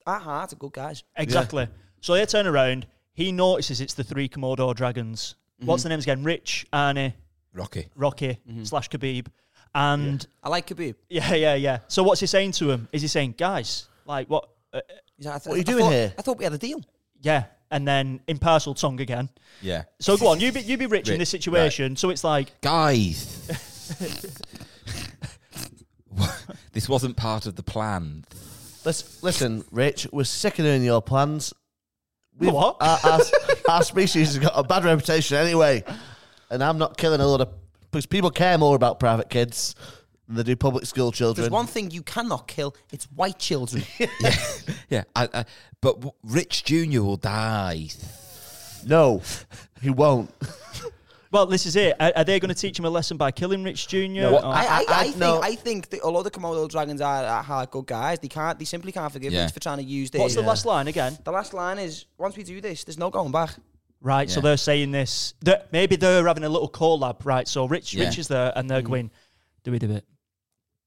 at heart are good guys.
exactly. So they turn around. He notices it's the three Komodo dragons. What's the names again? Rich, Arnie,
Rocky.
Rocky slash Khabib, and
I like Khabib.
yeah. yeah, yeah, So what's he saying to him? Is he saying, guys, like what? Uh,
He's like, I th-
What are you
I
doing
thought-
here?
I thought we had a deal.
yeah, and then impartial tongue again.
Yeah.
So go on, you be you be rich, in
Rich,
this
right.
situation. So it's like,
Guys. this wasn't part of the plan.
Let's, listen, Rich, we're sick of doing your plans. We've-
What?
Our, our, our species has got a bad reputation anyway. And I'm not killing a lot of. Because people care more about private kids than they do public school
There's
children.
one thing you cannot kill. It's white children.
Yeah. I, I, but w- Rich Jr. will die.
No, he won't.
well, this is it. Are, are they going to teach him a lesson by killing Rich Junior?
No,
I, I, I,
I-
think
no.
I think that a lot of Komodo dragons are, are hard good guys. They can't. They simply can't forgive
Yeah.
us for trying to use this.
What's the last line again?
The last line is once we do this, there's no going back.
Right, so
Yeah.
they're saying this. they maybe they're having a little collab, right? So Rich,
Yeah.
Rich is there, and they're going, "Do we do it?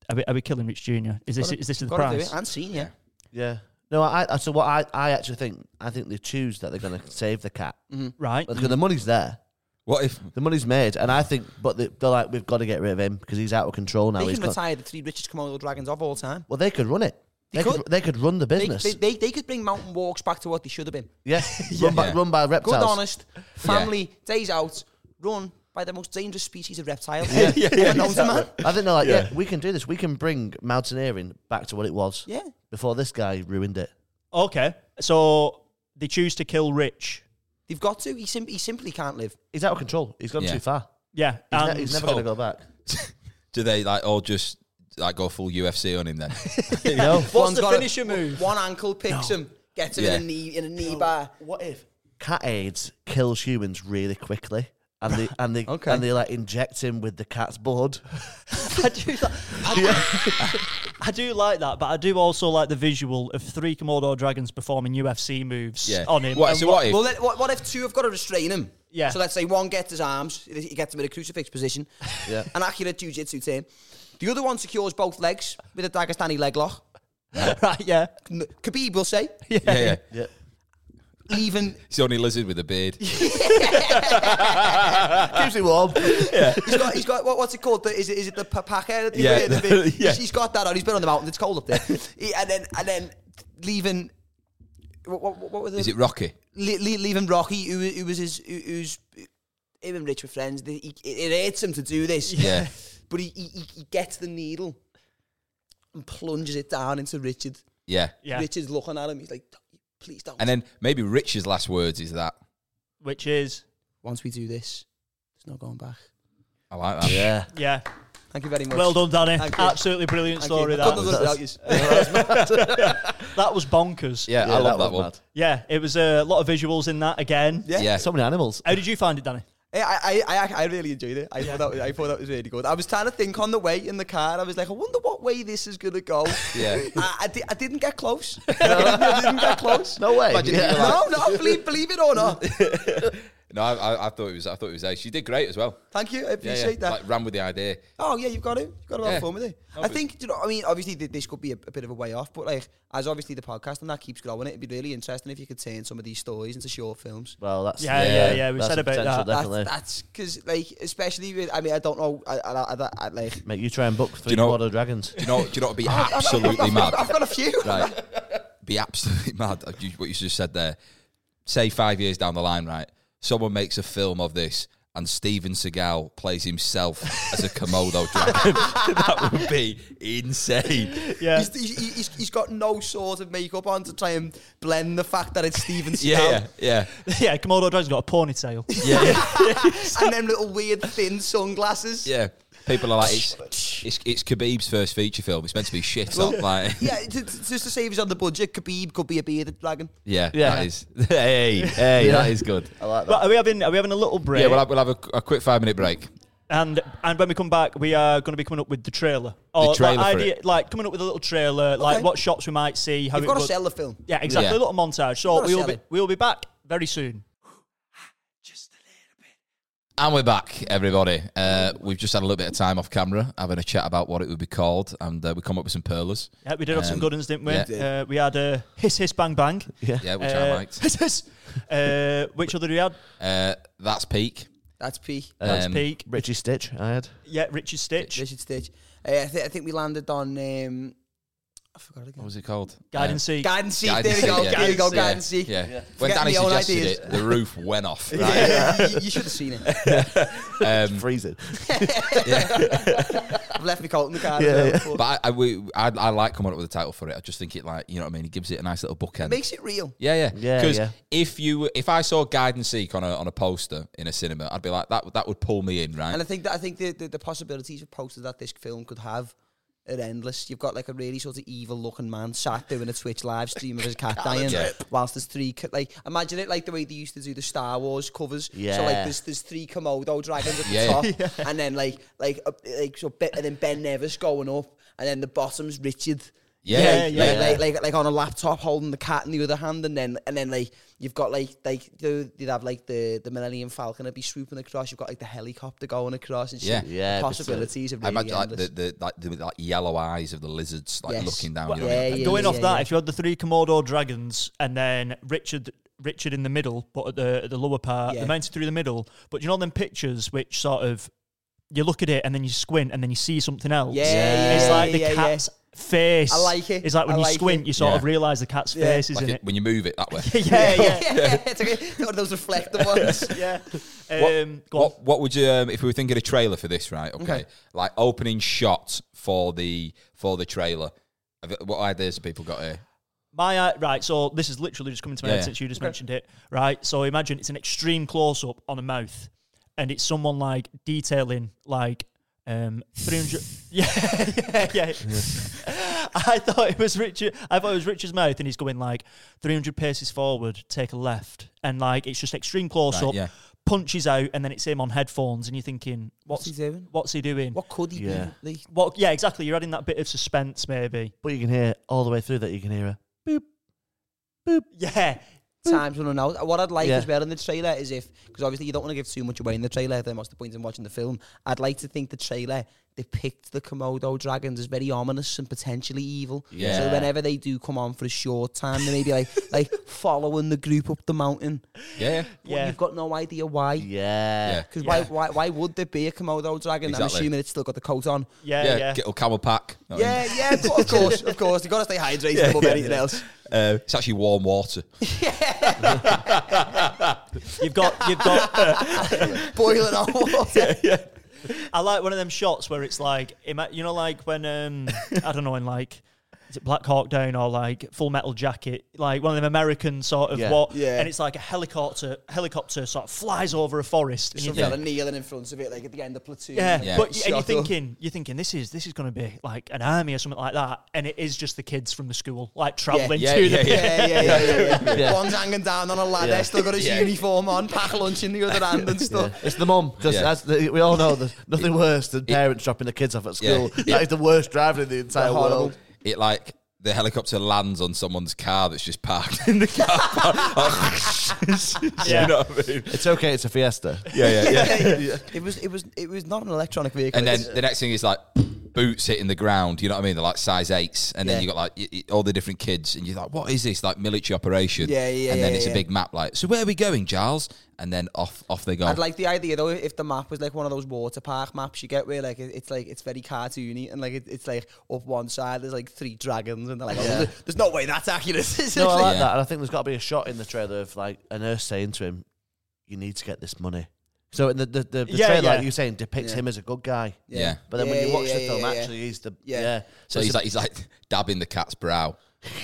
Are we, are we killing Rich Junior? Is this is this the
Gotta do
price?
it. And senior.
Yeah. No, I, I so what I, I actually think I think they choose that they're going to save the cat
Right?
because the money's there,
What if
the money's made, and I think but they, they're like we've got to get rid of him because he's out of control now.
They
He's
can
got-
retire the three richest Komodo dragons of all time.
well, they could run it. They, could.
could.
they could run the
They,
business.
they, they, they could bring mountain walks back to what they should have been.
yeah. run by
Yeah.
run by
Good,
reptiles.
honest family days out, run by the most dangerous species of reptile.
yeah,
Ever known to man.
I think they're like, yeah. we can do this. We can bring mountaineering back to what it was
Yeah.
before this guy ruined it.
Okay, so they choose to kill Rich.
They've got to. He, sim- he simply can't live.
He's out of control. He's gone
Yeah.
too far.
Yeah,
He's, ne-
and-
he's never
so-
going to go back.
do they like all just like go full UFC on him then?
No.
what's the
got a-
finisher move?
One ankle picks him, gets him in a
Yeah.
knee in a knee bar.
What if cat AIDS kills humans really quickly? And they and they
Okay.
and they like inject him with the cat's blood.
I do, li- I, do- I do like that, but I do also like the visual of three Komodo dragons performing UFC moves
Yeah.
on him.
What,
And
so what if?
Well, let, what, what if two have got to restrain him?
Yeah.
So let's say one gets his arms, he gets him in a crucifix position,
Yeah.
an accurate jiu-jitsu team. The other one secures both legs with a Dagestani leg lock.
right? Yeah,
N- Khabib will say,
yeah, yeah.
Yeah.
even
It's the only lizard with a beard.
Keeps it warm.
he's got, he's got what, what's it called? The, is it is it the papaka?
Yeah,
The big-
yeah.
He's- he's got that on. He's been on the mountain. It's cold up there. He- and then and then leaving. What, what, what were the,
Is it Rocky?
le- le- leaving Rocky, who, who was his, who, who's him and Rich were friends. They, he, it, it hurts him to do this.
Yeah.
but he, he, he- he gets the needle and plunges it down into Richard.
Yeah.
yeah.
Richard's looking at him. He's like, "Please don't."
And then maybe Rich's last words is that.
Which is
once we do this, there's no going back.
I like that.
Yeah.
yeah.
Thank you very much.
Well done, Danny.
Thank you.
Absolutely brilliant
Thank
story.
you. I
That
couldn't
was,
have done it without you.
that was bonkers.
Yeah, I love that,
was
one.
mad.
Yeah, it was a lot of visuals in that again.
Yeah.
Yeah.
So many animals.
How did you find it, Danny?
Yeah, I, I, I, I really enjoyed it. I, thought that was, I thought that was really good. I was trying to think on the way in the car. I was like, I wonder what way this is going to go.
Yeah.
I, I, di- I didn't get close. I didn't get close.
No way.
Imagine if
Yeah.
you were like-
No, no, believe, believe it or not.
No, I, I, I thought it was. I thought it was ace. You did great as well.
Thank you. I
Yeah,
appreciate
yeah.
that.
Like ran with the idea.
oh, yeah, you've got to. You've got to have
Yeah.
fun with it. I
Obvious.
think, do you know, what I mean, obviously th- this could be a, a bit of a way off, but like, as obviously the podcast and that keeps growing, it'd be really interesting if you could turn some of these stories into short films.
Well, that's
Yeah, yeah, yeah, we
that's
said
the
about
potential,
that.
Definitely.
That's because, like, especially with, I mean, I don't know, I, I, I, I like,
Mate, you try and book three
you know-
Komodo dragons.
Do you know? Do you know? It'd be absolutely mad.
I've got a few.
Right. Be absolutely mad. uh, you- What you just said there. Say five years down the line, right? Someone makes a film of this, and Steven Seagal plays himself as a Komodo dragon, that would be insane.
Yeah.
He's, he's, he's, he's got no sort of makeup on to try and blend the fact that it's Steven Seagal.
Yeah, yeah,
yeah, Komodo Dragon's got a ponytail.
yeah, yeah.
And them little weird thin sunglasses.
yeah. People are like, it's, it's, it's Khabib's first feature film. It's meant to be shit. not like,
Yeah, t- t- just to save us on the budget, Khabib could be a bearded dragon.
yeah,
Yeah.
that is. Hey, hey, that is good.
I like that.
But are we having are we having a little break?
Yeah, we'll have, we'll have a, a quick five minute break.
and and when we come back, we are going to be coming up with the trailer. Or
trailer
like,
for
idea, like coming up with a little trailer, like
Okay.
what shots we might see. How
You've
it
got to
would-
sell the film.
Yeah, exactly.
Yeah.
A little montage. So
Gotta
we'll
sell
be
it.
we'll be back very soon.
And we're back, everybody. Uh, we've just had a little bit of time off camera having a chat about what it would be called, and uh, we come up with some perlers.
Yeah, we did have some
Um,
good ones, didn't we?
yeah.
Uh, we had a hiss hiss bang bang.
Yeah, which I
Uh,
liked.
hiss, hiss. Uh, which other do we had?
Uh, that's peak.
That's P.
That's
Um,
Peak.
Richie Stitch, I had.
Yeah, Richard Stitch.
Richard Stitch. Uh, I, thi- I think we landed on. Um, I forgot again.
What was it called?
Guide and
Uh,
Seek.
Guide and seek.
Guide
there
and
we
Seek,
go.
yeah.
There we go.
Yeah,
Guide and seek.
Yeah.
Forgetting
When Danny
the old
suggested
ideas.
it, the roof went off. Right?
Yeah, you, you should have seen it.
Freezing.
I've left my coat in the car.
Yeah,
as well,
yeah.
but
But I, I, we, I, I like coming up with a title for it. I just think it like you know what I mean. It gives it a nice little bookend.
It makes it real.
yeah, yeah,
Yeah,
Because
yeah.
if you if I saw Guide and Seek on a on a poster in a cinema, I'd be like that. That would pull me in, right?
And I think that I think the, the, the possibilities of posters that this film could have are endless. You've got like a really sort of evil looking man sat doing a Twitch live stream of his cat dying,
Yeah.
whilst there's three co- like imagine it like the way they used to do the Star Wars covers. So like
Yeah.
there's there's three Komodo dragons at the
Yeah.
top, and then like like uh, like so bit and then Ben Nevis going up, and then the bottom's Richard.
Yeah,
like,
yeah,
like-
yeah.
like, like like on a laptop holding the cat in the other hand, and then and then like you've got like like you would have like the the Millennium Falcon would be swooping across. You've got like the helicopter going across and shit.
Yeah.
The
Yeah, but, uh,
possibilities of
I
really
imagine like the,
endless.
the like the like yellow eyes of the lizards like
Yes.
looking down.
Well,
you know what I
yeah,
mean?
yeah,
Going off that,
yeah.
if you had the three Komodo dragons and then Richard Richard in the middle, but at the at the lower part,
Yeah.
the mountain through the middle. But you know them pictures which sort of you look at it and then you squint and then you see something else.
Yeah, yeah,
it's like
yeah,
the
yeah, yeah.
cat's face.
I like it.
It's like when
I
you
like
squint,
it.
you sort
Yeah.
of realise the cat's
Yeah.
face is
Like
in
it,
it.
when you move it that way.
yeah, yeah,
it's like it's one of those reflective ones.
yeah. Um, go on.
What, what would you um, if we were thinking a trailer for this right okay,
Okay.
like opening shot for the for the trailer Have you- what ideas have people got here
My eye, right, so this is literally just coming to my
Yeah,
head
yeah.
since you just mentioned it, right? So imagine it's an extreme close up on a mouth, and it's someone like detailing like um three hundred. yeah, yeah, yeah. I thought it was Richard. I thought it was Richard's mouth, and he's going like three hundred paces forward, take a left, and like it's just extreme close up,
yeah.
punches out, and then it's him on headphones, and you're thinking, what's,
he doing?
What's he doing? What?
What could he
Yeah.
be? Like,
Yeah, exactly. You're adding that bit of suspense, maybe.
But you can hear all the way through that. You can hear her.
Yeah,
times running out. What I'd like
Yeah.
as well in the trailer is if, because obviously you don't want to give too much away in the trailer, then what's the point in watching the film? I'd like to think the trailer depicts the Komodo dragons as very ominous and potentially evil.
Yeah.
So whenever they do come on for a short time, they may be like, like following the group up the mountain.
yeah
But
Yeah.
You've got no idea why.
Yeah.
yeah
Because
Yeah.
why, why, why would there be a Komodo dragon? I'm
Exactly.
assuming it's still got the coat on.
yeah,
yeah,
yeah.
get a camel pack you know what I mean?
Yeah, yeah, of course, of course, of course. You've got to stay hydrated above anything else.
Uh, it's actually warm water
You've got, you've got.
Boiling hot water.
I like one of them shots where it's like, ima- you know, like when um, I don't know, in like is it Black Hawk Down or like Full Metal Jacket, like one of them American sort of
Yeah.
what,
Yeah.
and it's like a helicopter, helicopter sort of flies over a forest, and you
Some
think,
fella kneeling in front of it, like at the end of platoon.
yeah,
Yeah.
but and
Shut
you're
up.
thinking, you're thinking this is this is going to be like an army or something like that, and it is just the kids from the school like traveling
Yeah,
to
yeah,
the
yeah.
yeah, yeah, yeah, yeah, yeah.
Yeah.
One's hanging down on a ladder,
Yeah.
still got his
Yeah.
uniform on, pack lunch in the other hand and stuff.
It's the mum because
Yeah.
we all know there's nothing worse than parents dropping the kids off at
Yeah.
school.
Yeah.
That is the worst driving in the entire
horrible.
world.
it like the helicopter lands on someone's car that's just parked in the car park.
Yeah.
you know what I mean
It's okay. It's a fiesta.
yeah yeah yeah
It was, it was, it was not an electronic vehicle.
And then
it's-
the next thing is like boots hitting the ground. You know what I mean? They're like size eights, and
Yeah.
then you got like y- y- all the different kids, and you're like, "What is this? Like military operation?"
Yeah, yeah,
And then
yeah,
it's
yeah.
a big map, like, "So where are we going, Giles?" And then off, off they go.
I'd like the idea though if the map was like one of those water park maps you get where like it- it's like it's very cartoony and like it, it's like up one side there's like three dragons and they're like, oh, there's, there's no way that's accurate. is it?
No, I like
Yeah.
that, and I think there's got to be a shot in the trailer of like a nurse saying to him, "You need to get this money." So in the the, the, the
Yeah,
trailer,
yeah.
like you were saying, depicts him as a good guy.
Yeah.
But then when you watch
yeah,
the
yeah,
film,
yeah, yeah.
actually, he's the
Yeah.
yeah.
So he's like he's like dabbing the cat's brow,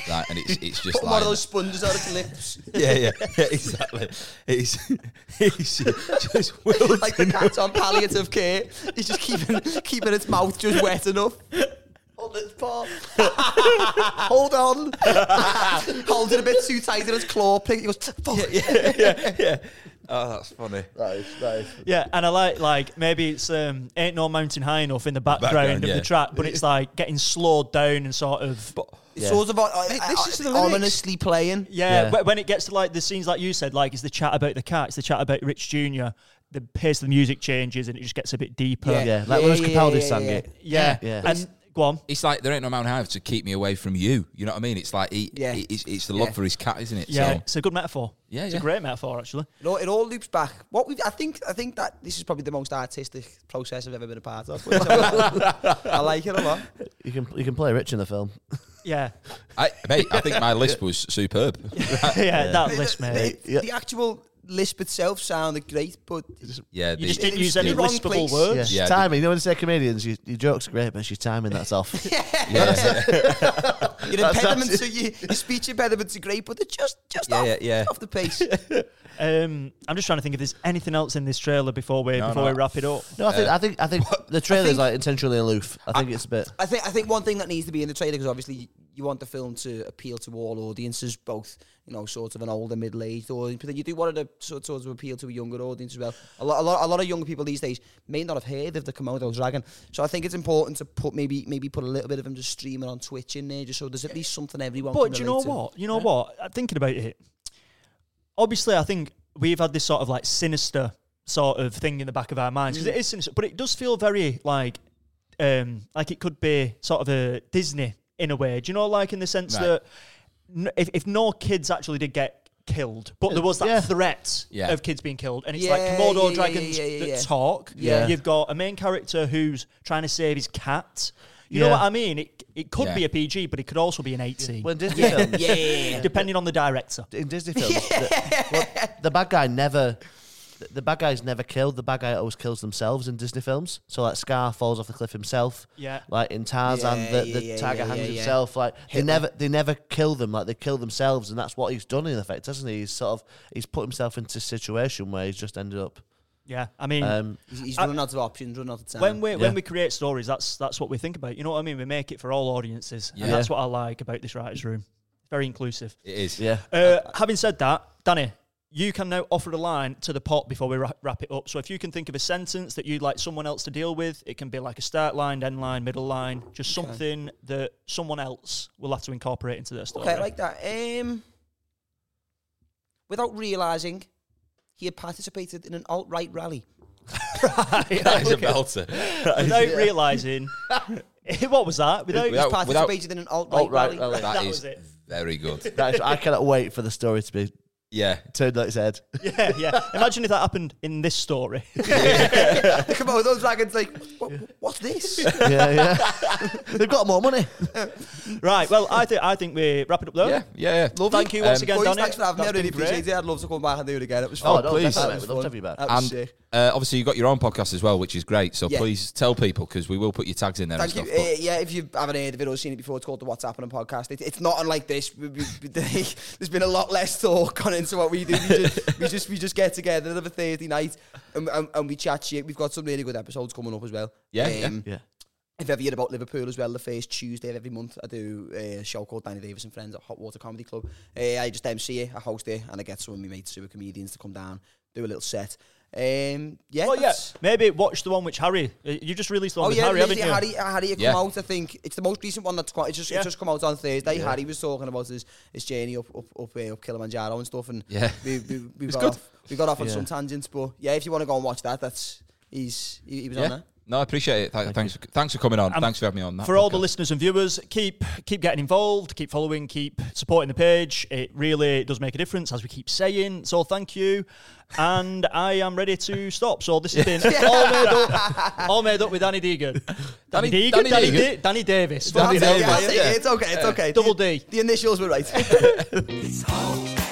like, and it's it's just
Put
like
one of those sponges out of lips,
yeah, yeah, yeah, exactly. He's he's just wilting
like the cat on palliative care. He's just keeping keeping its mouth just wet enough. Hold its paw. Hold on. Hold it a bit too tight in its claw. Pick. He goes. Fuck.
Oh, that's funny.
That is, that is.
Yeah, and I like like maybe it's um, ain't no mountain high enough in the background,
Background,
of
yeah.
the track, but it's like getting slowed down and sort of
It's sort of uh,
this is the lyrics.
ominously playing.
yeah.
Yeah.
wh- When it gets to like the scenes like you said, like it's the chat about the cat, it's the chat about Rich Junior. The pace of the music changes and it just gets a bit deeper.
Yeah.
Yeah, like
Yeah,
Lewis
yeah,
Capaldi
yeah,
sang
yeah,
it.
yeah.
Yeah.
And go on.
It's like there ain't no mountain high to keep me away from you. You know what I mean? It's like he,
Yeah.
he- it's, it's the love
Yeah.
for his cat, isn't it?
Yeah,
So,
it's a good metaphor.
Yeah,
it's
yeah.
a great metaphor actually.
It all, it all loops back. What we I think I think that this is probably the most artistic process I've ever been a part of. I like it a lot.
You can you can play Rich in the film.
Yeah,
I, mate, I think my list was superb.
yeah, that list,
The-
mate.
The, the actual lisp itself sounded great, but
Yeah,
You just
the-
didn't use any
the wrong
lispable
place.
words.
Yeah,
Yeah.
timing. You know when they say comedians, you, your joke's great, but it's your timing that's off.
yeah,
your impediments are your, your speech impediments are great, but they're just just
Yeah,
off,
yeah, yeah.
off the pace.
Um, I'm just trying to think if there's anything else in this trailer before we
No,
before
no.
we wrap it up.
No, I think I think I think the trailer's
think-
like intentionally aloof. I think it's a bit.
I think I think one thing that needs to be in the trailer because obviously you want the film to appeal to all audiences, both you know, sort of an older, middle-aged audience, but then you do want it to sort, sort of appeal to a younger audience as well. A lot, a lot, a lot of younger people these days may not have heard of the Komodo Dragon, so I think it's important to put maybe maybe put a little bit of them just streaming on Twitch in there, just so there's at least something everyone.
But
can
do you know
relate to.
what? You know what? I'm thinking about it. Obviously, I think we've had this sort of like sinister sort of thing in the back of our minds
Mm.
because it is sinister, but it does feel very like, um, like it could be sort of a Disney in a way. Do you know, like in the sense
Right.
that n- if, if no kids actually did get killed, but there was that
Yeah.
threat
Yeah.
of kids being killed, and it's like
Yeah,
Komodo
yeah, yeah,
dragons
yeah, yeah,
that
yeah.
talk.
Yeah.
You've got a main character who's trying to save his cat. You know
Yeah.
what I mean? It it could
Yeah.
be a PG, but it could also be an 18
When Disney films,
Yeah, yeah, yeah, yeah.
depending on the director.
in Disney films, the, well, the bad guy never. the- The bad guy's never killed. The bad guy always kills themselves in Disney films. So like Scar falls off the cliff himself.
Yeah.
Like in Tarzan,
Yeah,
the,
yeah,
the
yeah,
tiger
yeah,
hangs
yeah, yeah.
himself. Like they never they never kill them. Like they kill themselves, and that's what he's done in effect, hasn't he? He's sort of he's put himself into a situation where he's just ended up.
Yeah, I mean,
Um,
He's, he's
I-
running out of options, running out of time.
when we
yeah.
when we create stories, that's that's what we think about. You know what I mean? We make it for all audiences,
Yeah.
and that's what I like about this writers' room. Very inclusive.
it is.
yeah.
Uh, having said that, Danny, you can now offer a line to the pot before we wrap, wrap it up. So if you can think of a sentence that you'd like someone else to deal with, it can be like a start line, end line, middle line, just something that someone else will have to incorporate into their story.
Okay, I like that. Um, without realising, he had participated in an alt-right rally.
That is a belter.
Without realising, what was that? Without,
Without-
Participated in an Oh, alt-right,
Alt-right
rally.
rally.
that
That
is
was it.
very good.
That is, I cannot wait for the story to be
Yeah,
turned on its head.
yeah, yeah. Imagine if that happened in this story.
Come on, those dragons like, what, what's this?
yeah, yeah. They've got more money.
Right. Well, I think I think we wrap it up though.
yeah, yeah, yeah.
Thank you once again,
Um, Boys,
Danny.
thanks for having me. I
That's
really
been great.
appreciate it. I'd love to come back and do it again. It was
Oh,
fun.
no,
That
please.
was
definitely. We'd love to
fun.
have you back.
That was
And
sick.
uh, obviously you've got your own podcast as well, which is great. So
Yeah.
please tell people because we will put your tags in there.
Thank you.
and stuff, but-
Uh, yeah, if you haven't heard of it or seen it before, it's called the What's Happening podcast. It, it's not unlike this. We- we- we- There's been a lot less talk gone into what we do. We just we just, we just get together another Thursday night and, and, and we chat shit. We've got some really good episodes coming up as well.
Yeah, yeah.
Yeah.
If ever you heard about Liverpool as well, the first Tuesday of every month, I do uh, a show called Danny Davis and Friends at Hot Water Comedy Club. Uh, I just MC it, I host it, and I get some of my mates who are comedians to come down, do a little set. Um, yeah,
Well, yeah.
that's-
Maybe watch the one which Harry. uh, You just released the one
Oh
with
yeah,
Harry,
Harry,
haven't
Harry,
you?
Harry, it
Yeah.
come out. I think it's the most recent one that's quite. It's just,
Yeah.
it's just come out on Thursday. Harry was talking about his, his journey up up up, uh, up Kilimanjaro and stuff, and
Yeah.
we we, we
It's
got
good.
off we got off on
Yeah.
some tangents, but yeah, if you want to go and watch that, that's he's he, he was on
yeah.
there.
No, I appreciate it. Th- thanks, for, thanks for coming on.
Um,
thanks for having me on. That
For all the
podcast.
listeners and viewers, keep keep getting involved, keep following, keep supporting the page. It really does make a difference, as we keep saying. So thank you, and I am ready to stop. So this has been all made up, all made up with Danny Deegan, Danny,
Danny-
Deegan,
Danny
Danny,
Deegan.
Da- Danny Davis,
I'll
Danny
take it,
Davis,
I'll take it,
yeah.
It's okay. It's okay.
Double
The-
D.
The initials were right.
It's all